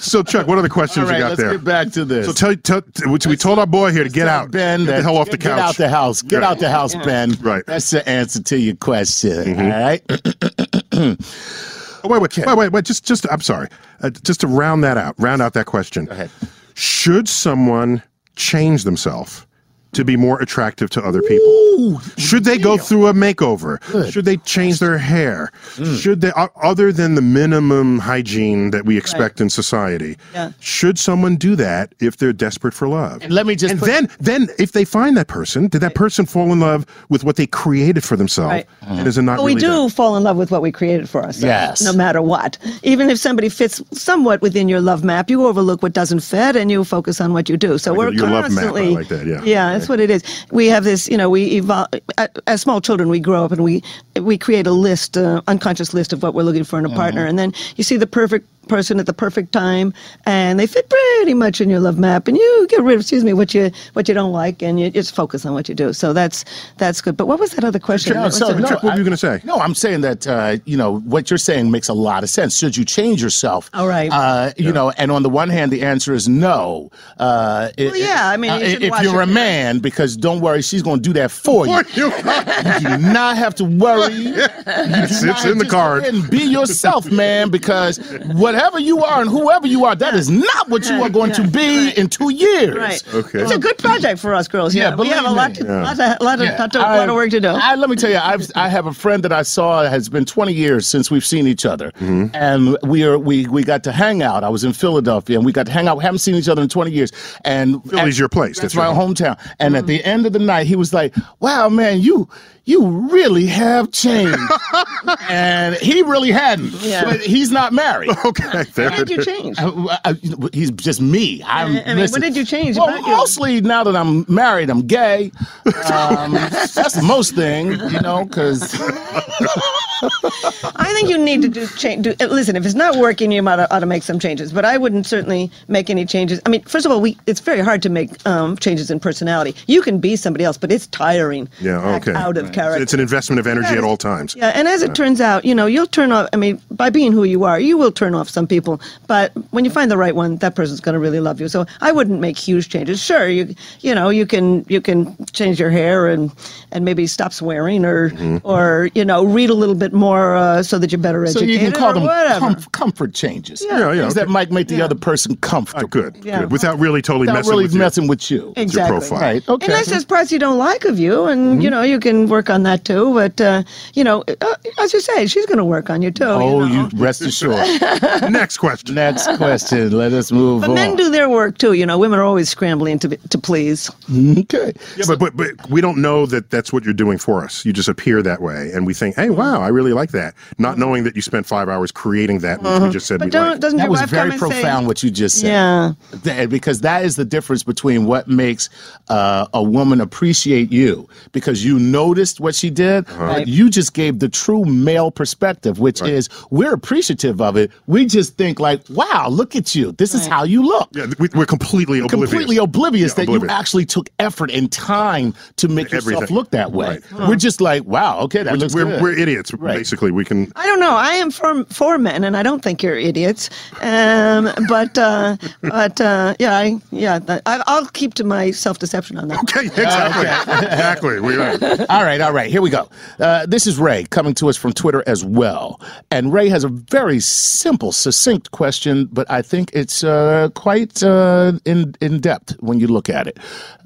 Speaker 3: So, Chuck, what other
Speaker 4: All
Speaker 3: questions
Speaker 4: right,
Speaker 3: you got
Speaker 4: let's
Speaker 3: there?
Speaker 4: get back to this.
Speaker 3: so, tell, tell, which we told our boy here to get out,
Speaker 4: Ben,
Speaker 3: get the
Speaker 4: that-
Speaker 3: hell off the
Speaker 4: get-
Speaker 3: couch.
Speaker 4: Get out the house. Get
Speaker 3: Yeah.
Speaker 4: out the house, Ben.
Speaker 3: Right. Mm-hmm.
Speaker 4: That's the answer to your question. all right.
Speaker 3: Oh, wait, wait, wait, wait, wait. Just, just. I'm sorry. Uh, just to round that out, round out that question. Go
Speaker 4: ahead.
Speaker 3: Should someone change themselves to be more attractive to other people? Should they go through a makeover? Should they change their hair?
Speaker 4: Mm.
Speaker 3: Should they, o- other than the minimum hygiene that we expect in society,
Speaker 5: Yeah.
Speaker 3: should someone do that if they're desperate for love?
Speaker 4: Let me just
Speaker 3: and
Speaker 4: put-
Speaker 3: then, then if they find that person, did that person fall in love with what they created for themselves?
Speaker 5: Right.
Speaker 3: And is it not?
Speaker 5: But we
Speaker 3: really them?
Speaker 5: do fall in love with what we created for ourselves.
Speaker 4: Yes.
Speaker 5: No matter what. Even if somebody fits somewhat within your love map, you overlook what doesn't fit and you focus on what you do. So we're
Speaker 3: your love map, I
Speaker 5: constantly.
Speaker 3: like that, yeah.
Speaker 5: that's what it is. We have this, you know, we evolve. As small children, we grow up and we we create a list, uh, unconscious list of what we're looking for
Speaker 3: Mm-hmm.
Speaker 5: in a partner. And then you see the perfect person at the perfect time and they fit pretty much in your love map and you get rid of excuse me what you what you don't like and you just focus on what you do so that's that's good but what was that other question
Speaker 4: No,
Speaker 5: What was
Speaker 4: so,
Speaker 5: it?
Speaker 4: no,
Speaker 3: Chuck, what were
Speaker 4: I-
Speaker 3: you gonna say?
Speaker 4: No, I'm saying that uh, you know what you're saying makes a lot of sense. Should you change yourself?
Speaker 5: All right.
Speaker 4: Uh, you know, and on the one hand, the answer is no. Uh, well,
Speaker 5: yeah, I mean, you should
Speaker 4: if
Speaker 5: wash
Speaker 4: you're
Speaker 5: your
Speaker 4: a
Speaker 5: hair.
Speaker 4: man, because don't worry, she's going to do that for you. you do not have to worry.
Speaker 3: It's, it's in the
Speaker 4: Just
Speaker 3: card.
Speaker 4: go ahead And be yourself, man, because whatever you are and whoever you are, that is not what you are going to be in two years.
Speaker 5: Right.
Speaker 3: Okay.
Speaker 5: It's a good project for us girls.
Speaker 4: Yeah,
Speaker 5: Yeah, we have a
Speaker 4: believe
Speaker 5: lot
Speaker 4: me.
Speaker 5: to, lot to, lot to, lot to- lot of work to do.
Speaker 4: I, let me tell you, I've, I have a friend that I saw has been 20 years since we've seen each other,
Speaker 3: Mm-hmm.
Speaker 4: and we are we we got to hang out. I was in Philadelphia, and we got to hang out. We haven't seen each other in 20 years, and
Speaker 3: Philly's
Speaker 4: at-
Speaker 3: your place.
Speaker 4: That's
Speaker 3: That's your
Speaker 4: my hometown. And at
Speaker 5: Mm-hmm.
Speaker 4: the end of the night, he was like, "Wow, man, you you really have changed," and he really hadn't.
Speaker 5: Yeah.
Speaker 4: But he's not married.
Speaker 3: Okay, there
Speaker 5: How did
Speaker 3: it
Speaker 5: you
Speaker 3: is.
Speaker 5: change?
Speaker 4: I- I- he's just me. I'm.
Speaker 5: I mean,
Speaker 4: listen-
Speaker 5: what did you change
Speaker 4: Well,
Speaker 5: about you?
Speaker 4: mostly now that I'm married, I'm gay. Um, that's the most thing, you know, because
Speaker 5: I think you need to do change. Do, uh, listen, if it's not working, you might ought to make some changes. But I wouldn't certainly make any changes. I mean, first of all, we it's very hard to make um, changes in personality. You can be somebody else, but it's tiring.
Speaker 3: Yeah,
Speaker 5: to act
Speaker 3: okay.
Speaker 5: Out of character.
Speaker 3: It's an investment of energy at all times.
Speaker 5: Yeah, and as it turns out, you know, you'll turn off. I mean, by being who you are, you will turn off some people. But when you find the right one, that person's going to really love you. So I wouldn't make huge changes. Sure, you you know you can you can change your hair and and maybe stop swearing or
Speaker 3: Mm-hmm.
Speaker 5: or you know read a little bit more uh, so that you're better
Speaker 4: so
Speaker 5: educated.
Speaker 4: you can call
Speaker 5: or
Speaker 4: them
Speaker 5: whatever.
Speaker 4: comf- comfort changes.
Speaker 5: Yeah. Yeah,
Speaker 3: yeah,
Speaker 4: Things that
Speaker 3: okay.
Speaker 4: might make the other person comfortable.
Speaker 3: Ah, good,
Speaker 5: Yeah.
Speaker 3: good. Without really totally
Speaker 4: Not
Speaker 3: messing
Speaker 4: really
Speaker 3: with you.
Speaker 4: messing with you.
Speaker 5: exactly.
Speaker 3: profile. Mm-hmm.
Speaker 4: Right. Okay.
Speaker 5: Unless there's parts you don't like of you, and you know you can work on that too. But uh, you know, uh, as you say, she's going to work on you too.
Speaker 4: oh,
Speaker 5: you know?
Speaker 4: you rest assured.
Speaker 3: Next question.
Speaker 4: Next question. Let us move
Speaker 5: But
Speaker 4: on.
Speaker 5: men do their work too. You know, women are always scrambling to be, to please.
Speaker 4: Okay.
Speaker 3: Yeah, but, but but we don't know that that's what you're doing for us. You just appear that way, and we think, hey, wow, I really like that, not knowing that you spent five hours creating that, which we just said
Speaker 5: But
Speaker 3: we
Speaker 5: don't
Speaker 3: like.
Speaker 5: doesn't
Speaker 4: That
Speaker 5: your
Speaker 4: was
Speaker 5: wife
Speaker 4: very
Speaker 5: come
Speaker 4: profound
Speaker 5: and
Speaker 4: what you just
Speaker 5: say?
Speaker 4: said.
Speaker 5: Yeah.
Speaker 4: Th- because that is the difference between what makes uh, a woman appreciate you because you noticed what she did
Speaker 3: Uh-huh.
Speaker 4: but you just gave the true male perspective which is we're appreciative of it we just think like wow look at you this is how you look
Speaker 3: yeah, we, we're completely oblivious.
Speaker 4: completely oblivious
Speaker 3: Yeah,
Speaker 4: that
Speaker 3: oblivious.
Speaker 4: you actually took effort and time to make yourself
Speaker 3: Everything.
Speaker 4: look that way
Speaker 3: Right.
Speaker 4: we're just like wow okay that looks
Speaker 3: we're,
Speaker 4: good
Speaker 3: we're idiots,
Speaker 4: Right.
Speaker 3: basically. We can.
Speaker 5: I don't know. I am for for men, and I don't think you're idiots. Um, but uh, but uh, yeah, I, yeah, that, I, I'll keep to my self deception on that. one.
Speaker 3: Okay, exactly, exactly. We are.
Speaker 4: all right, all right, here we go. Uh, this is Ray coming to us from Twitter as well. And Ray has a very simple, succinct question, but I think it's uh, quite uh, in, in depth when you look at it.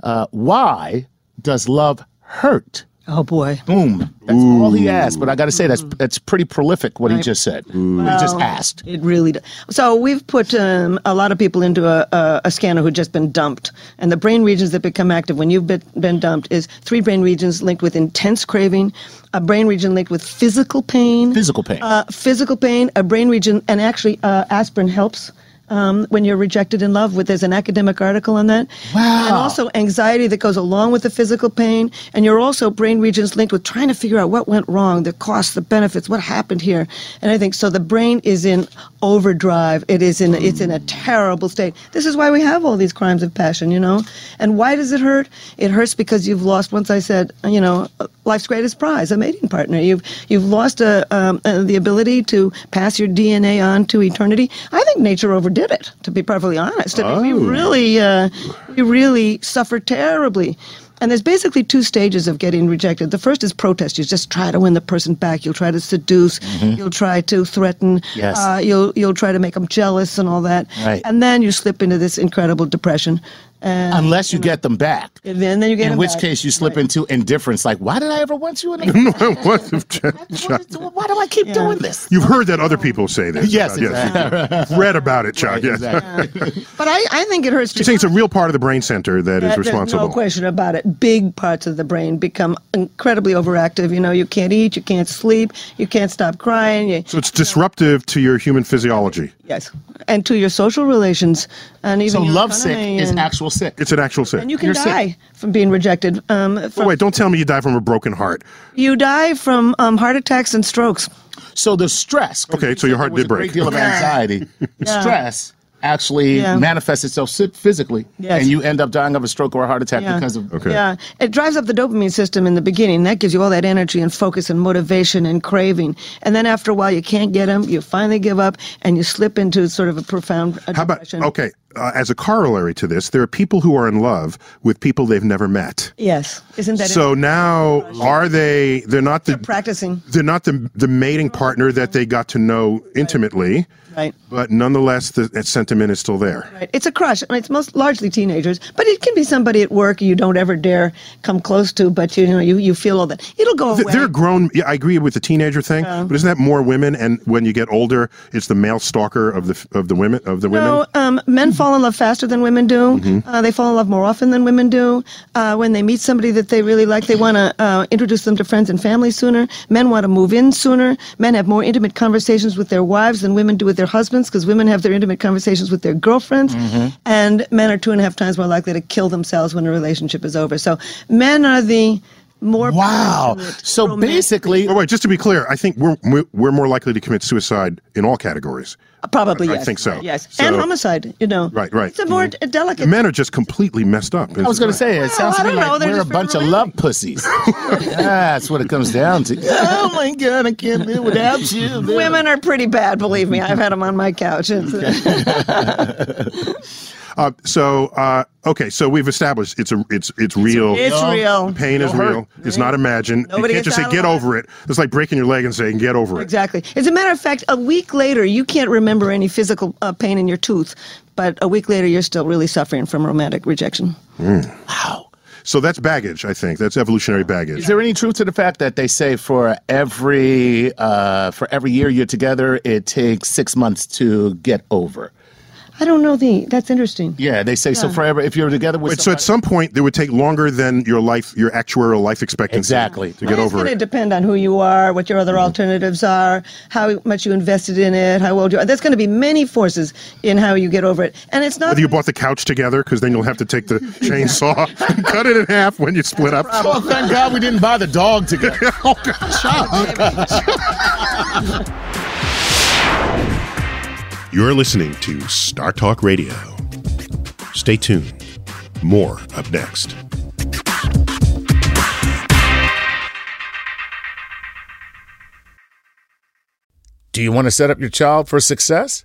Speaker 4: Uh, why does love hurt?
Speaker 5: Oh boy.
Speaker 4: Boom. That's all he asked, but I got to say, that's, that's pretty prolific what he
Speaker 5: Right.
Speaker 4: just said. What he just
Speaker 5: Well,
Speaker 4: asked.
Speaker 5: It really does. So we've put um, a lot of people into a, a, a scanner who've just been dumped, and the brain regions that become active when you've been, been dumped is three brain regions linked with intense craving, a brain region linked with physical pain,
Speaker 4: Physical pain.
Speaker 5: uh, physical pain, a brain region, and actually uh, aspirin helps. um, when you're rejected in love. With there's an academic article on that.
Speaker 4: Wow.
Speaker 5: And also anxiety that goes along with the physical pain, and you're also brain regions linked with trying to figure out what went wrong, the costs, the benefits, what happened here. And I think so. The brain is in overdrive. It is in it's in a terrible state. This is why we have all these crimes of passion, you know. And why does it hurt? It hurts because you've lost. Once I said, you know, uh, life's greatest prize, a mating partner. You've you've lost a, um, uh, the ability to pass your DNA on to eternity. I think nature overdid it. To be perfectly honest, I mean,
Speaker 3: Oh.
Speaker 5: we really uh, we really suffer terribly. And there's basically two stages of getting rejected. The first is protest. You just try to win the person back. You'll try to seduce. You'll try to threaten.
Speaker 4: Mm-hmm. Yes.
Speaker 5: Uh, you'll you'll try to make them jealous and all that.
Speaker 4: Right.
Speaker 5: And then you slip into this incredible depression. And,
Speaker 4: Unless you get them back.
Speaker 5: and then then you uh, get
Speaker 4: in
Speaker 5: 'em
Speaker 4: which
Speaker 5: back.
Speaker 4: case you slip
Speaker 5: Right.
Speaker 4: into indifference. Like, why did I ever want you in the
Speaker 3: What if-
Speaker 4: Why do I keep doing this?
Speaker 3: You've heard that other people say this.
Speaker 4: Yes,
Speaker 3: about- yes. You've read about it, Chuck. yes.
Speaker 4: Exactly.
Speaker 5: But I, I think it hurts
Speaker 3: You're
Speaker 5: to
Speaker 3: saying it's a real part of the brain center that is
Speaker 5: Uh, there's
Speaker 3: responsible.
Speaker 5: No question about it. Big parts of the brain become incredibly overactive. You know, you can't eat, you can't sleep, you can't stop crying. You,
Speaker 3: so it's disruptive to your human physiology.
Speaker 5: yes, and to your social relations, and even
Speaker 4: So
Speaker 5: your
Speaker 4: love sick
Speaker 5: economy
Speaker 4: is
Speaker 5: and,
Speaker 4: actual sick.
Speaker 3: It's an actual sick.
Speaker 5: And you can
Speaker 4: you're sick.
Speaker 5: die from being rejected. Um,
Speaker 3: Oh,
Speaker 5: from,
Speaker 3: wait, don't tell me you die from a broken heart.
Speaker 5: you die from um, heart attacks and strokes.
Speaker 4: So the stress. 'cause
Speaker 3: Okay,
Speaker 4: you
Speaker 3: so your heart
Speaker 4: said there was
Speaker 3: did
Speaker 4: a Great
Speaker 3: break.
Speaker 4: deal of anxiety. The Stress actually
Speaker 5: Yeah.
Speaker 4: manifests itself si- physically,
Speaker 5: Yes.
Speaker 4: and you end up dying of a stroke or a heart attack
Speaker 5: Yeah.
Speaker 4: because of.
Speaker 3: Okay.
Speaker 5: Yeah, it drives up the dopamine system in the beginning. That gives you all that energy and focus and motivation and craving. And then after a while, you can't get them. You finally give up, and you slip into sort of a profound uh,
Speaker 3: How about,
Speaker 5: depression.
Speaker 3: okay, uh, as a corollary to this, there are people who are in love with people they've never met.
Speaker 5: Yes, isn't that
Speaker 3: So now are they, they're not the,
Speaker 5: practicing?
Speaker 3: they're not the, the mating partner that they got to know intimately,
Speaker 5: Right.
Speaker 3: but nonetheless, the, that sentiment is still there.
Speaker 5: Right. It's a crush. I mean, it's most largely teenagers, but it can be somebody at work you don't ever dare come close to, but you know you, you feel all that. It'll go away.
Speaker 3: Th- They're grown. Yeah, I agree with the teenager thing, but isn't that more women? And when you get older, it's the male stalker of the f- of the women of the women. Mm-hmm.
Speaker 5: No, um, men fall in love faster than women do. Uh, they fall in love more often than women do. Uh, when they meet somebody that they really like, they want to uh, introduce them to friends and family sooner. Men want to move in sooner. Men have more intimate conversations with their wives than women do with their husbands because women have their intimate conversations with their girlfriends.
Speaker 3: Mm-hmm.
Speaker 5: And men are two and a half times more likely to kill themselves when a relationship is over. So men are the more
Speaker 4: Wow.
Speaker 5: passionate,
Speaker 4: So
Speaker 5: romantic-
Speaker 4: basically,
Speaker 3: Oh, wait, just to be clear, I think we're we're- we're more likely to commit suicide in all categories.
Speaker 5: probably
Speaker 3: I
Speaker 5: yes.
Speaker 3: think so.
Speaker 5: Yes,
Speaker 3: So-
Speaker 5: and homicide. You know,
Speaker 3: Right, right. Mm-hmm.
Speaker 5: It's a more d- delicate.
Speaker 3: Men are just completely messed up.
Speaker 4: I was going to say it sounds to
Speaker 5: I
Speaker 4: me
Speaker 5: don't know,
Speaker 4: like
Speaker 5: they're
Speaker 4: we're a
Speaker 5: just very
Speaker 4: bunch of love pussies. That's what it comes down to. Oh my god, I can't live without you.
Speaker 5: Women are pretty bad, believe me. I've had them on my couch. It's-
Speaker 3: Uh, so uh, okay, so we've established it's a it's it's real.
Speaker 5: It's real.
Speaker 3: Pain is real. It's not imagined.
Speaker 5: Nobody
Speaker 3: you can't
Speaker 5: gets
Speaker 3: just say
Speaker 5: out
Speaker 3: get
Speaker 5: alive."
Speaker 3: over it. It's like breaking your leg and saying get over it.
Speaker 5: Exactly. As a matter of fact, a week later, you can't remember any physical uh, pain in your tooth, but a week later, you're still really suffering from romantic rejection.
Speaker 4: Wow.
Speaker 3: So that's baggage. I think that's evolutionary baggage.
Speaker 4: Is there any truth to the fact that they say for every uh, for every year you're together, it takes six months to get over?
Speaker 5: I don't know the. That's interesting.
Speaker 4: Yeah, they say so forever. If you're together with
Speaker 3: Wait, so at some point, it would take longer than your life, your actuarial life expectancy,
Speaker 4: Exactly.
Speaker 3: to get
Speaker 5: it's
Speaker 3: over
Speaker 5: going
Speaker 3: it.
Speaker 5: to
Speaker 3: Mm-hmm.
Speaker 5: depend on who you are, what your other alternatives are, how much you invested in it, how old you are. There's going to be many forces in how you get over it, and it's not.
Speaker 3: Whether you bought the couch together, because then you'll have to take the chainsaw and cut it in half when you split up.
Speaker 4: well, Oh, thank God we didn't buy the dog together.
Speaker 3: Oh, gosh.
Speaker 2: You're listening to Star Talk Radio. Stay tuned. More up next.
Speaker 4: Do you want to set up your child for success?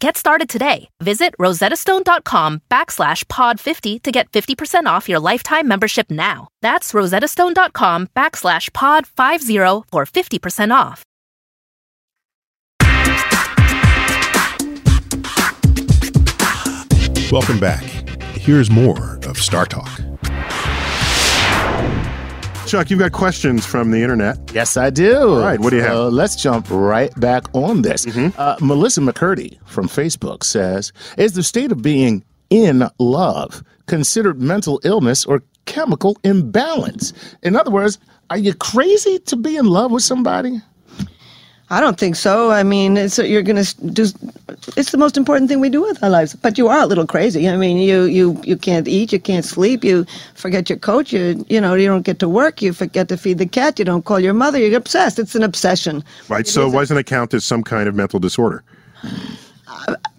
Speaker 6: Get started today. Visit rosettastone.com backslash pod 50 to get 50% off your lifetime membership now. That's rosettastone.com backslash pod 50 for 50% off.
Speaker 2: Welcome back. Here's more of Star Talk.
Speaker 3: Chuck, you've got questions from the internet.
Speaker 7: Yes, I do. All
Speaker 3: right, what do you have? Mm-hmm.
Speaker 7: So let's jump right back on this. Uh, Melissa McCurdy from Facebook says Is the state of being in love considered mental illness or chemical imbalance? In other words, are you crazy to be in love with somebody?
Speaker 5: I don't think so. I mean, it's, you're going to do. It's the most important thing we do with our lives. But you are a little crazy. I mean, you you you can't eat, you can't sleep, you forget your coat, you you know you don't get to work, you forget to feed the cat, you don't call your mother. You're obsessed. It's an obsession.
Speaker 3: Right. so why doesn't it count as some kind of mental disorder?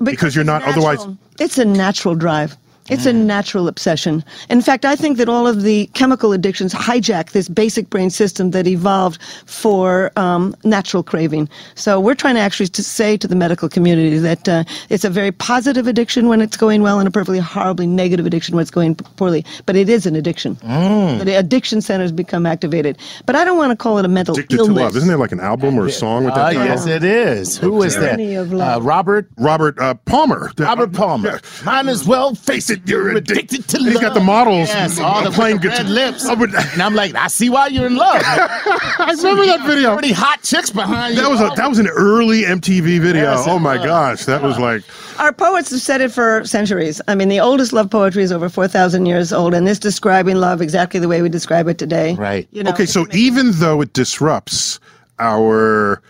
Speaker 3: Because you're
Speaker 5: it's
Speaker 3: not
Speaker 5: natural.
Speaker 3: otherwise-
Speaker 5: It's a natural drive. It's a natural obsession. In fact, I think that all of the chemical addictions hijack this basic brain system that evolved for um, natural craving. So we're trying to actually to say to the medical community that uh, it's a very positive addiction when it's going well and a perfectly horribly negative addiction when it's going poorly. But it is an addiction.
Speaker 3: Mm.
Speaker 5: The addiction centers become activated. But I don't want to call it a mental
Speaker 3: Addicted
Speaker 5: illness.
Speaker 3: to love. Isn't there like an album or a song with that?
Speaker 7: Ah,
Speaker 3: title?
Speaker 7: yes, it is. Who is that?
Speaker 5: Tyranny of love.
Speaker 7: Uh, Robert
Speaker 3: Robert uh, Palmer.
Speaker 7: Robert Palmer. Might as well face it. You're addicted to love.
Speaker 3: He's got the models
Speaker 7: Yes,
Speaker 3: with
Speaker 7: all
Speaker 3: the
Speaker 7: the
Speaker 3: plain
Speaker 7: with the red
Speaker 3: guitar-
Speaker 7: lips.
Speaker 3: I would-
Speaker 7: and I'm like, I see why you're in love.
Speaker 3: I remember that video.
Speaker 7: Pretty hot chicks behind you.
Speaker 3: That was a that was an early MTV video.
Speaker 7: Yes, it
Speaker 3: oh my
Speaker 7: was.
Speaker 3: gosh, that was like
Speaker 5: Our poets have said it for centuries. I mean, the oldest love poetry is over 4,000 years old, and this describing love exactly the way we describe it today.
Speaker 7: Right.
Speaker 5: You know,
Speaker 3: okay. So even though it disrupts our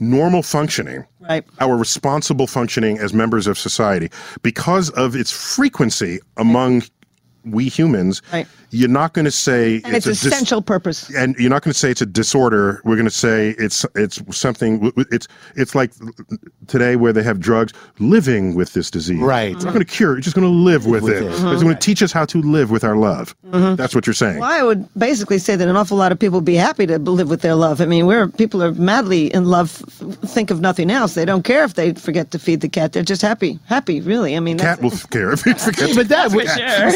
Speaker 3: normal functioning,
Speaker 5: Right.
Speaker 3: our responsible functioning as members of society, because of its frequency among we humans,
Speaker 5: Right.
Speaker 3: you're not going to say
Speaker 5: And it's,
Speaker 3: a dis-
Speaker 5: essential purpose.
Speaker 3: and you're not going to say it's a disorder. We're going to say it's it's something. w- w- It's it's like today where they have drugs. Living with this disease,
Speaker 7: Right.
Speaker 3: It's not going to cure. it, It's just going to live with,
Speaker 7: with
Speaker 3: it.
Speaker 7: it.
Speaker 3: It's going to teach us how to live with our love. That's what you're saying.
Speaker 5: Well, I would basically say that an awful lot of people would be happy to live with their love. I mean, we're people are madly in love, f- think of nothing else. They don't care if they forget to feed the cat. They're just happy, happy, really. I mean, that's
Speaker 3: Cat will care if it
Speaker 7: See,
Speaker 3: forgets.
Speaker 7: but that was,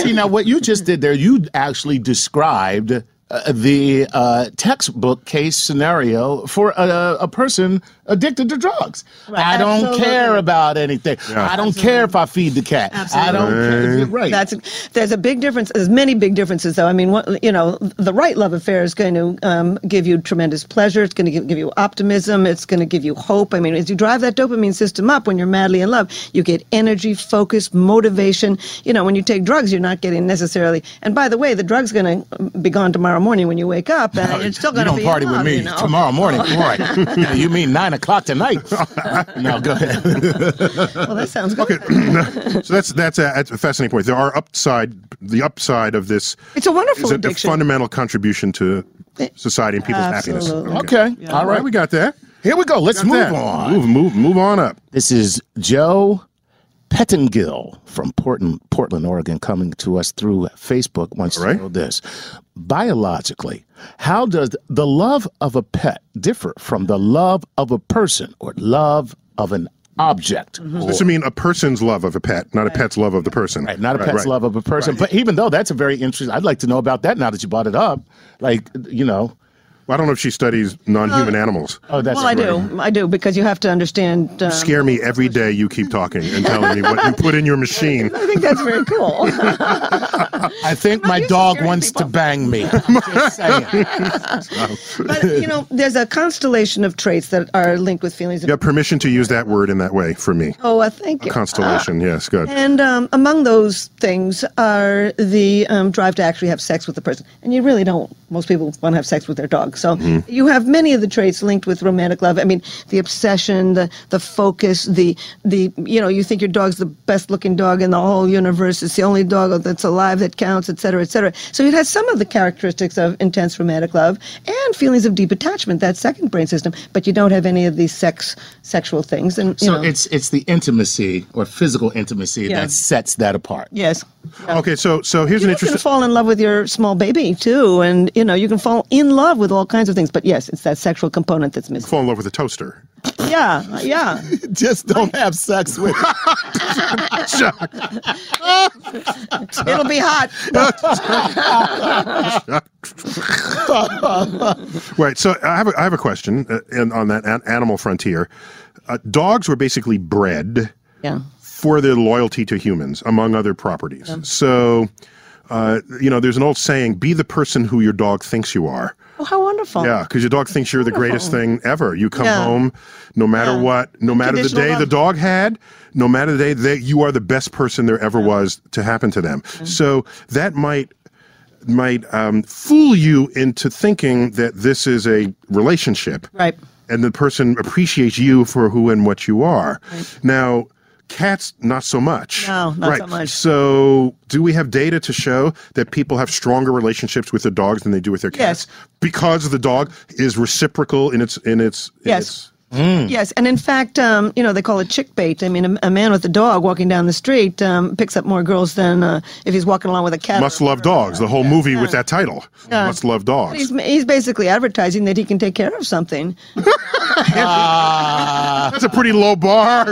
Speaker 7: see now what you just did there. You actually described uh, the uh, textbook case scenario for a, a person
Speaker 4: addicted to drugs.
Speaker 5: Right,
Speaker 4: I don't
Speaker 5: absolutely.
Speaker 4: care about anything. I don't care if I feed the cat. I don't care. Right.
Speaker 5: That's there's a big difference. There's many big differences, though. I mean, what, you know, the right love affair is going to um, give you tremendous pleasure. It's going to give, give you optimism. It's going to give you hope. I mean, as you drive that dopamine system up when you're madly in love, you get energy, focus, motivation. You know, when you take drugs, you're not getting necessarily. And by the way, the drug's going to be gone tomorrow morning when you wake up, and it's
Speaker 4: Oh,
Speaker 5: still
Speaker 4: you
Speaker 5: going to
Speaker 4: don't
Speaker 5: be
Speaker 4: party
Speaker 5: in
Speaker 4: with
Speaker 5: love,
Speaker 4: me
Speaker 5: you know?
Speaker 4: tomorrow morning. All right. Now, you mean nine o'clock tonight? no, go ahead.
Speaker 5: Well, that sounds good.
Speaker 3: so that's that's a, that's a fascinating point. There are upside the upside of this.
Speaker 5: It's a wonderful
Speaker 3: is a, a
Speaker 5: addiction.
Speaker 3: fundamental contribution to society and people's
Speaker 5: Absolutely.
Speaker 3: happiness.
Speaker 4: Okay. All right.
Speaker 3: we got that.
Speaker 4: Here we go. Let's
Speaker 3: Got
Speaker 4: move
Speaker 3: that.
Speaker 4: on.
Speaker 3: Move move move on up.
Speaker 4: This is Joe Pettingill from Portland, Portland, Oregon, coming to us through Facebook. Wants
Speaker 3: right.
Speaker 4: to know this. Biologically, how does the love of a pet differ from the love of a person or love of an object? Or-
Speaker 3: This would mean a person's love of a pet, not a pet's love of the person.
Speaker 4: Right, not a pet's
Speaker 3: right.
Speaker 4: love of a person, but even though that's a very interesting, I'd like to know about that now that you brought it up. Like, you know,
Speaker 3: Well, I don't know if she studies non-human
Speaker 5: Uh,
Speaker 3: animals.
Speaker 4: oh, that's
Speaker 5: well, I do. I do because you have to understand. Um,
Speaker 3: Scare me every day you keep talking and telling me what you put in your machine.
Speaker 5: I think that's very cool.
Speaker 4: I think my
Speaker 5: used to
Speaker 4: dog
Speaker 5: scaring
Speaker 4: wants to
Speaker 5: people.
Speaker 4: bang me. I'm just saying.
Speaker 5: but you know, there's a constellation of traits that are linked with feelings. Of,
Speaker 3: You have permission to use that word in that way for me.
Speaker 5: Oh, uh, thank you.
Speaker 3: Constellation, yes, good.
Speaker 5: And um, among those things are the um, drive to actually have sex with the person. And you really don't. Most people want to have sex with their dog. So you have many of the traits linked with romantic love. I mean, the obsession, the the focus, the the you know, you think your dog's the best looking dog in the whole universe. It's the only dog that's alive that counts, et cetera, et cetera. So it has some of the characteristics of intense romantic love and feelings of deep attachment, that second brain system. But you don't have any of these sex sexual things. And you
Speaker 4: So
Speaker 5: know,
Speaker 4: it's it's the intimacy or physical intimacy
Speaker 5: Yeah.
Speaker 4: that sets that apart.
Speaker 5: yes.
Speaker 3: Okay, so so here's an
Speaker 5: you
Speaker 3: interesting
Speaker 5: can fall in love with your small baby too, and you know you can fall in love with all kinds of things. But yes, it's that sexual component that's missing.
Speaker 3: fall in love with a toaster.
Speaker 5: Yeah, yeah.
Speaker 4: Just don't have sex with.
Speaker 5: It'll be hot.
Speaker 3: Right. So I have a, I have a question uh, in, on that an- animal frontier. Uh, dogs were basically bred
Speaker 5: Yeah.
Speaker 3: for their loyalty to humans, among other properties. So, uh, you know, there's an old saying: "Be the person who your dog thinks you are."
Speaker 5: Oh, how wonderful.
Speaker 3: Yeah, because your dog thinks you're the greatest thing ever. You come
Speaker 5: Yeah.
Speaker 3: home, no matter what, no matter the
Speaker 5: Unconditional
Speaker 3: day the
Speaker 5: love.
Speaker 3: dog had, no matter the day that you are the best person there ever was to happen to them. So that might might um, fool you into thinking that this is a relationship,
Speaker 5: Right.
Speaker 3: and the person appreciates you for who and what you are. Now. Cats, not so much.
Speaker 5: No, not
Speaker 3: right.
Speaker 5: so much.
Speaker 3: So, do we have data to show that people have stronger relationships with their dogs than they do with their cats?
Speaker 5: Yes.
Speaker 3: because the dog is reciprocal in its in its in
Speaker 5: Yes.
Speaker 3: its-
Speaker 5: Yes, and in fact, um, you know they call it chick bait. I mean, a, a man with a dog walking down the street um, picks up more girls than uh, if he's walking along with a cat.
Speaker 3: must love dogs. The whole movie with that title, must love
Speaker 5: He's,
Speaker 3: dogs.
Speaker 5: he's basically advertising that he can take care of something.
Speaker 4: Ah,
Speaker 3: That's a pretty low bar.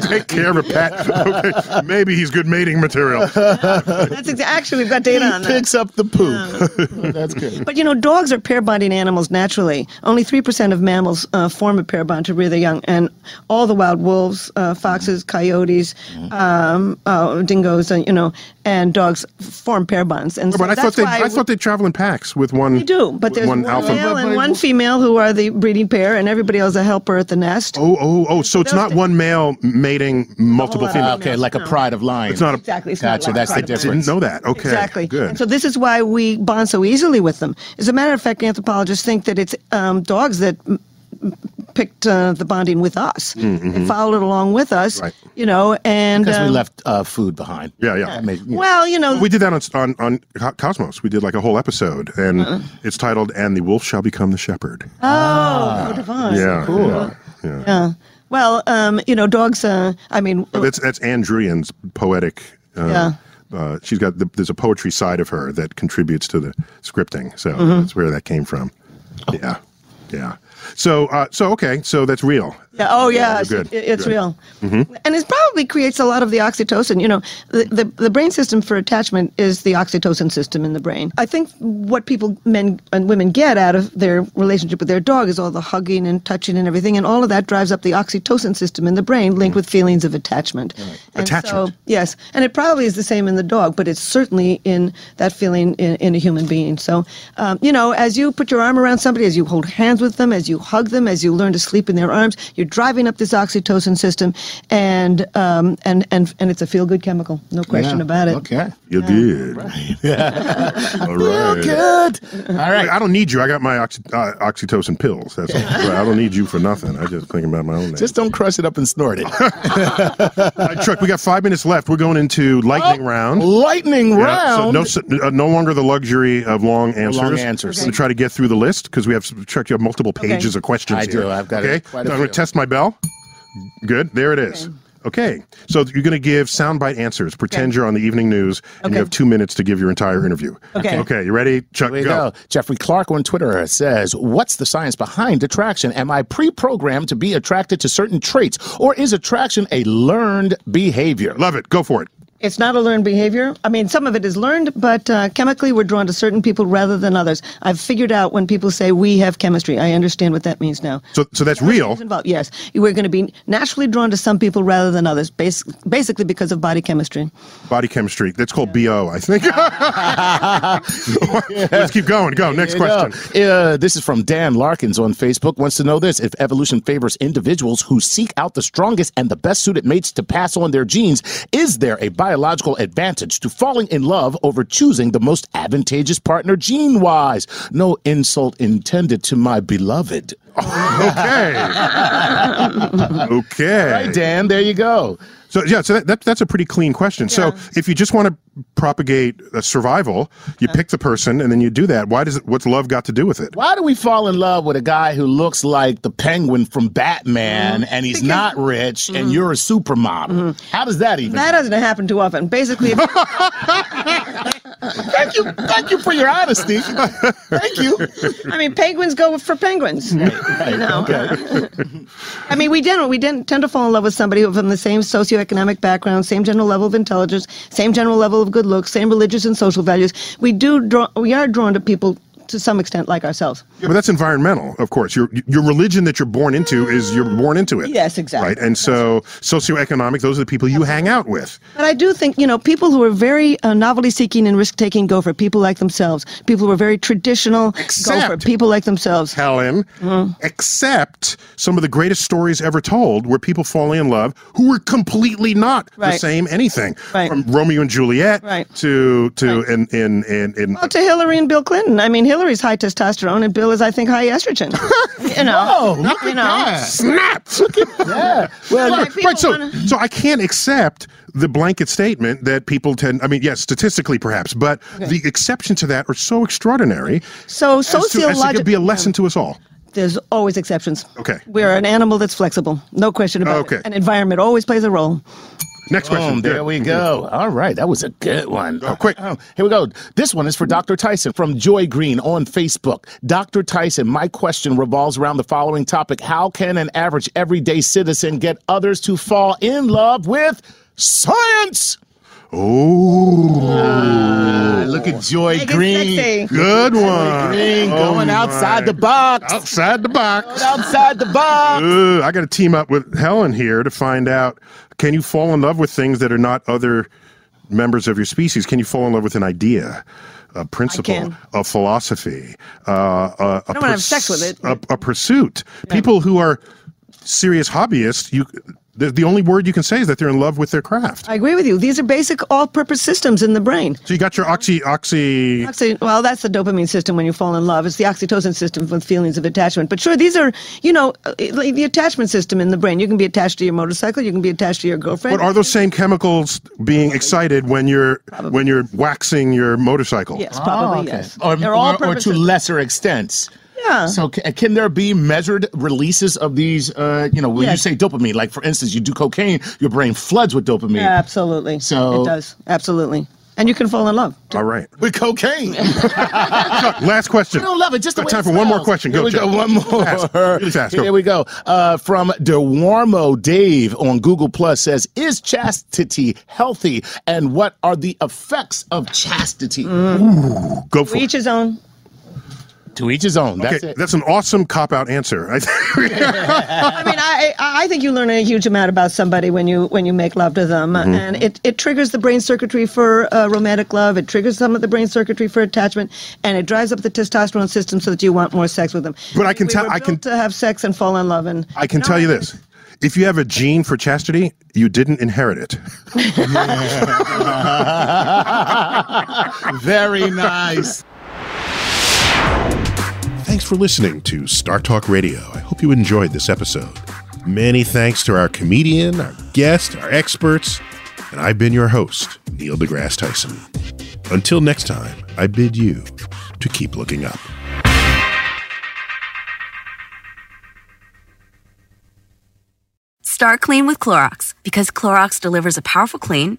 Speaker 3: Take care of a pet. Okay, maybe he's good mating material.
Speaker 5: That's exa- actually we've got data on that.
Speaker 4: Picks up the poop. That's good.
Speaker 5: But you know, dogs are pair bonding animals naturally. Only 3% of mammals uh, form a pair bond to rear their young, and all the wild wolves, uh, foxes, coyotes,
Speaker 4: Mm.
Speaker 5: um, uh, dingoes, and you know, and dogs form pair bonds. And so
Speaker 3: But I
Speaker 5: that's
Speaker 3: thought they
Speaker 5: why
Speaker 3: I thought they travel in packs with one.
Speaker 5: we do. But there's
Speaker 3: one
Speaker 5: one,
Speaker 3: alpha.
Speaker 5: male
Speaker 3: But-
Speaker 5: and
Speaker 3: but-
Speaker 5: one female who are the breeding pair, and everybody else a helper at the nest.
Speaker 3: Oh oh oh! So it's not one male mating multiple
Speaker 5: lot of
Speaker 3: females.
Speaker 4: Okay, like a pride of lions.
Speaker 3: It's not a.
Speaker 5: Exactly. It's not
Speaker 4: Gotcha.
Speaker 5: like
Speaker 4: That's the
Speaker 5: pride of
Speaker 3: Didn't
Speaker 5: lions.
Speaker 4: difference.
Speaker 3: know that. Okay.
Speaker 5: Exactly.
Speaker 3: Good.
Speaker 5: And so this is why we bond so easily with them. As a matter of fact, anthropologists think that it's um, dogs that m- m- picked uh, the bonding with us, and followed it along with us,
Speaker 3: Mm, mm-hmm. Right.
Speaker 5: you know, and
Speaker 4: Because we
Speaker 5: um,
Speaker 4: left uh, food behind.
Speaker 3: Yeah, yeah.
Speaker 4: That made-
Speaker 5: well, you know,
Speaker 3: we did that on on, on Co- Cosmos. We did like a whole episode, and it's titled "And the Wolf Shall Become the Shepherd."
Speaker 5: oh, how divine.
Speaker 3: yeah, cool. Yeah, yeah.
Speaker 5: Yeah. Well, um, you know, dogs. Uh, I mean,
Speaker 3: But that's that's Anne Druyan's poetic. Uh, Uh, she's got the, there's a poetry side of her that contributes to the scripting, so that's where that came from. Yeah, yeah. So, uh, so okay, so that's real.
Speaker 5: Yeah. Oh, yeah.
Speaker 3: you're
Speaker 5: it's-
Speaker 3: good.
Speaker 5: it- it's
Speaker 3: Good. Mm-hmm.
Speaker 5: real, and it probably creates a lot of the oxytocin. You know, the, the the brain system for attachment is the oxytocin system in the brain. I think what people, men and women, get out of their relationship with their dog is all the hugging and touching and everything, and all of that drives up the oxytocin system in the brain, linked with feelings of attachment. And
Speaker 3: Mm. Attachment.
Speaker 5: So, yes, and it probably is the same in the dog, but it's certainly in that feeling in, in a human being. So, um, you know, as you put your arm around somebody, as you hold hands with them, as you hug them, as you learn to sleep in their arms, you're driving up this oxytocin system, and um, and and and it's a feel good chemical, no question
Speaker 4: Yeah.
Speaker 5: about it.
Speaker 4: Okay.
Speaker 3: You're good. All
Speaker 4: Feel
Speaker 3: right.
Speaker 4: good. All right.
Speaker 3: I don't need you. I got my oxy- uh, oxytocin pills. That's all. Right. I don't need you for nothing. I just thinking about my own. name.
Speaker 4: Just don't crush it up and snort it.
Speaker 3: All right, Chuck, we got five minutes left. We're going into lightning round.
Speaker 4: Lightning
Speaker 3: Yeah, so
Speaker 4: round.
Speaker 3: no, s- uh, no longer the luxury of long answers.
Speaker 4: answers.
Speaker 3: I'm going to try to get through the list because we have s- Chuck. You have multiple pages of questions.
Speaker 4: I do.
Speaker 3: here.
Speaker 4: I've got
Speaker 3: okay.
Speaker 4: quite a
Speaker 3: So I'm going
Speaker 4: few.
Speaker 3: to test my bell. Good. There it is. Okay. So you're going to give soundbite answers. Pretend you're on the evening news, and you
Speaker 5: Okay.
Speaker 3: have two minutes to give your entire interview.
Speaker 5: Okay.
Speaker 3: Okay. You ready, Chuck?
Speaker 4: There you go. Jeffrey Clark on Twitter says, What's the science behind attraction? Am I pre programmed to be attracted to certain traits, or is attraction a learned behavior?
Speaker 3: Love it. Go for it.
Speaker 5: It's not a learned behavior. I mean, some of it is learned, but uh, chemically, we're drawn to certain people rather than others. I've figured out when people say we have chemistry, I understand what that means now.
Speaker 3: So, so that's real.
Speaker 5: Is involved. Yes, you are going to be naturally drawn to some people rather than others, bas- basically because of body chemistry.
Speaker 3: Body chemistry. That's called BO, I think. Let's keep going. Go. Next
Speaker 4: There you
Speaker 3: question.
Speaker 4: go. Uh, this is from Dan Larkins on Facebook. Wants to know this: If evolution favors individuals who seek out the strongest and the best suited mates to pass on their genes, is there a biological advantage to falling in love over choosing the most advantageous partner gene-wise? No insult intended to my beloved.
Speaker 3: Okay. okay.
Speaker 4: All right, Dan, there you go.
Speaker 3: So yeah, so that, that that's a pretty clean question. So if you just want to propagate uh survival, you pick the person and then you do that. Why does it, what's love got to do with it?
Speaker 4: Why do we fall in love with a guy who looks like the penguin from Batman
Speaker 3: Mm-hmm.
Speaker 4: and he's not rich and you're a supermodel? How does that even
Speaker 5: That doesn't happen too often. Basically, if-
Speaker 4: Thank you. Thank you for your honesty. Thank you.
Speaker 5: I mean, penguins go for penguins. You know? I mean, we didn't. We didn't tend to fall in love with somebody who- from the same socioeconomic background, same general level of intelligence, same general level of good looks, same religious and social values. We do draw. We are drawn to people to some extent like ourselves.
Speaker 3: Yeah, but that's environmental, of course. Your your religion that you're born into is you're born into it.
Speaker 5: Yes, exactly.
Speaker 3: Right, and so socioeconomic, those are the people you hang out with.
Speaker 5: But I do think, you know, people who are very uh, novelty seeking and risk taking go for people like themselves. People who are very traditional go for
Speaker 3: Except-
Speaker 5: people like themselves.
Speaker 3: Helen,
Speaker 5: Uh-huh.
Speaker 3: except some of the greatest stories ever told where people falling in love who were completely not the
Speaker 5: Right.
Speaker 3: same anything.
Speaker 5: Right.
Speaker 3: From Romeo and Juliet
Speaker 5: Right.
Speaker 3: to to in in in, in
Speaker 5: Well, to Hillary and Bill Clinton. I mean, Hillary's high testosterone and Bill is, I think, high estrogen. you know,
Speaker 4: look
Speaker 5: you know.
Speaker 3: Oh snap.
Speaker 4: Yeah. Well,
Speaker 5: Like,
Speaker 3: right,
Speaker 5: people
Speaker 3: right. So,
Speaker 5: wanna-
Speaker 3: so I can't accept the blanket statement that people tend. I mean, yes, statistically perhaps, but the exceptions to that are so extraordinary.
Speaker 5: So
Speaker 3: as to- as it could be a
Speaker 5: sociologically,
Speaker 3: lesson to us all.
Speaker 5: there's always exceptions.
Speaker 3: Okay.
Speaker 5: We're an animal that's flexible, no question about
Speaker 3: Okay.
Speaker 5: it. And environment always plays a role.
Speaker 3: Next question.
Speaker 4: Boom, there
Speaker 3: Good.
Speaker 4: we go. All right, that was a good one.
Speaker 3: Go quick.
Speaker 4: Oh, here we go. This one is for Dr. Tyson from Joy Green on Facebook. Dr. Tyson, my question revolves around the following topic How can an average everyday citizen get others to fall in love with science?
Speaker 3: Oh,
Speaker 4: Look at Joy
Speaker 5: Make it
Speaker 4: Green.
Speaker 5: sexy.
Speaker 3: good one.
Speaker 4: Green
Speaker 3: Oh,
Speaker 4: going
Speaker 3: my.
Speaker 4: outside
Speaker 3: Oh.
Speaker 4: the box.
Speaker 3: Outside the box.
Speaker 4: Outside the box.
Speaker 3: Ooh, I got to team up with Helen here to find out can you fall in love with things that are not other members of your species? Can you fall in love with an idea, a principle,
Speaker 5: can.
Speaker 3: a philosophy, uh, a, a
Speaker 5: don't wanna have sex with it.
Speaker 3: a, a pursuit? People who are serious hobbyists, you the, the only word you can say is that they're in love with their craft.
Speaker 5: I agree with you. These are basic all purpose systems in the brain.
Speaker 3: so you got your oxy oxy.
Speaker 5: Oxy- well, that's the dopamine system when you fall in love. It's the oxytocin system with feelings of attachment. But sure, these are, you know, uh, like the attachment system in the brain. You can be attached to your motorcycle. You can be attached to your girlfriend.
Speaker 3: But are those same chemicals being excited when you're when you're waxing your motorcycle?
Speaker 5: yes,
Speaker 4: Oh,
Speaker 5: probably yes.
Speaker 4: Or,
Speaker 5: They're
Speaker 4: or-
Speaker 5: all
Speaker 4: or
Speaker 5: purpose
Speaker 4: to
Speaker 5: systems.
Speaker 4: lesser extents.
Speaker 5: Yeah.
Speaker 4: So can, can there be measured releases of these? Uh, you know, when
Speaker 5: Yes.
Speaker 4: you say dopamine, like for instance, you do cocaine, your brain floods with dopamine.
Speaker 5: Absolutely.
Speaker 4: So-
Speaker 5: it does. Absolutely. and you can fall in love.
Speaker 8: All right.
Speaker 4: With cocaine.
Speaker 8: Last question.
Speaker 4: I don't love it. Just the
Speaker 8: Got
Speaker 4: way
Speaker 8: time
Speaker 4: it
Speaker 8: for one more
Speaker 4: smells.
Speaker 8: question.
Speaker 4: Here
Speaker 8: Go,
Speaker 4: we go.
Speaker 8: Jeff.
Speaker 4: One more.
Speaker 8: Fast. Really fast. Go.
Speaker 4: Here we go. Uh, from DeWarmo Dave on Google Plus says, "Is chastity healthy, and what are the effects of chastity?"
Speaker 8: Go for
Speaker 5: To
Speaker 8: it.
Speaker 5: each his own.
Speaker 4: To each his own. That's
Speaker 8: okay,
Speaker 4: it.
Speaker 8: that's an awesome cop out answer. I
Speaker 5: I mean, I, I I think you learn a huge amount about somebody when you when you make love to them,
Speaker 8: Mm-hmm.
Speaker 5: and it, it triggers the brain circuitry for uh, romantic love. It triggers some of the brain circuitry for attachment, and it drives up the testosterone system so that you want more sex with them.
Speaker 8: But I can
Speaker 5: We
Speaker 8: tell-
Speaker 5: were
Speaker 8: I can-
Speaker 5: built to have sex and fall in love, and
Speaker 8: I can tell you this. If you have a gene for chastity, you didn't inherit it.
Speaker 4: Very nice.
Speaker 3: Thanks for listening to Star Talk Radio. I hope you enjoyed this episode. Many thanks to our comedian, our guest, our experts, and I've been your host, Neil deGrasse Tyson. Until next time, I bid you to keep looking up.
Speaker 9: Start clean with Clorox because Clorox delivers a powerful clean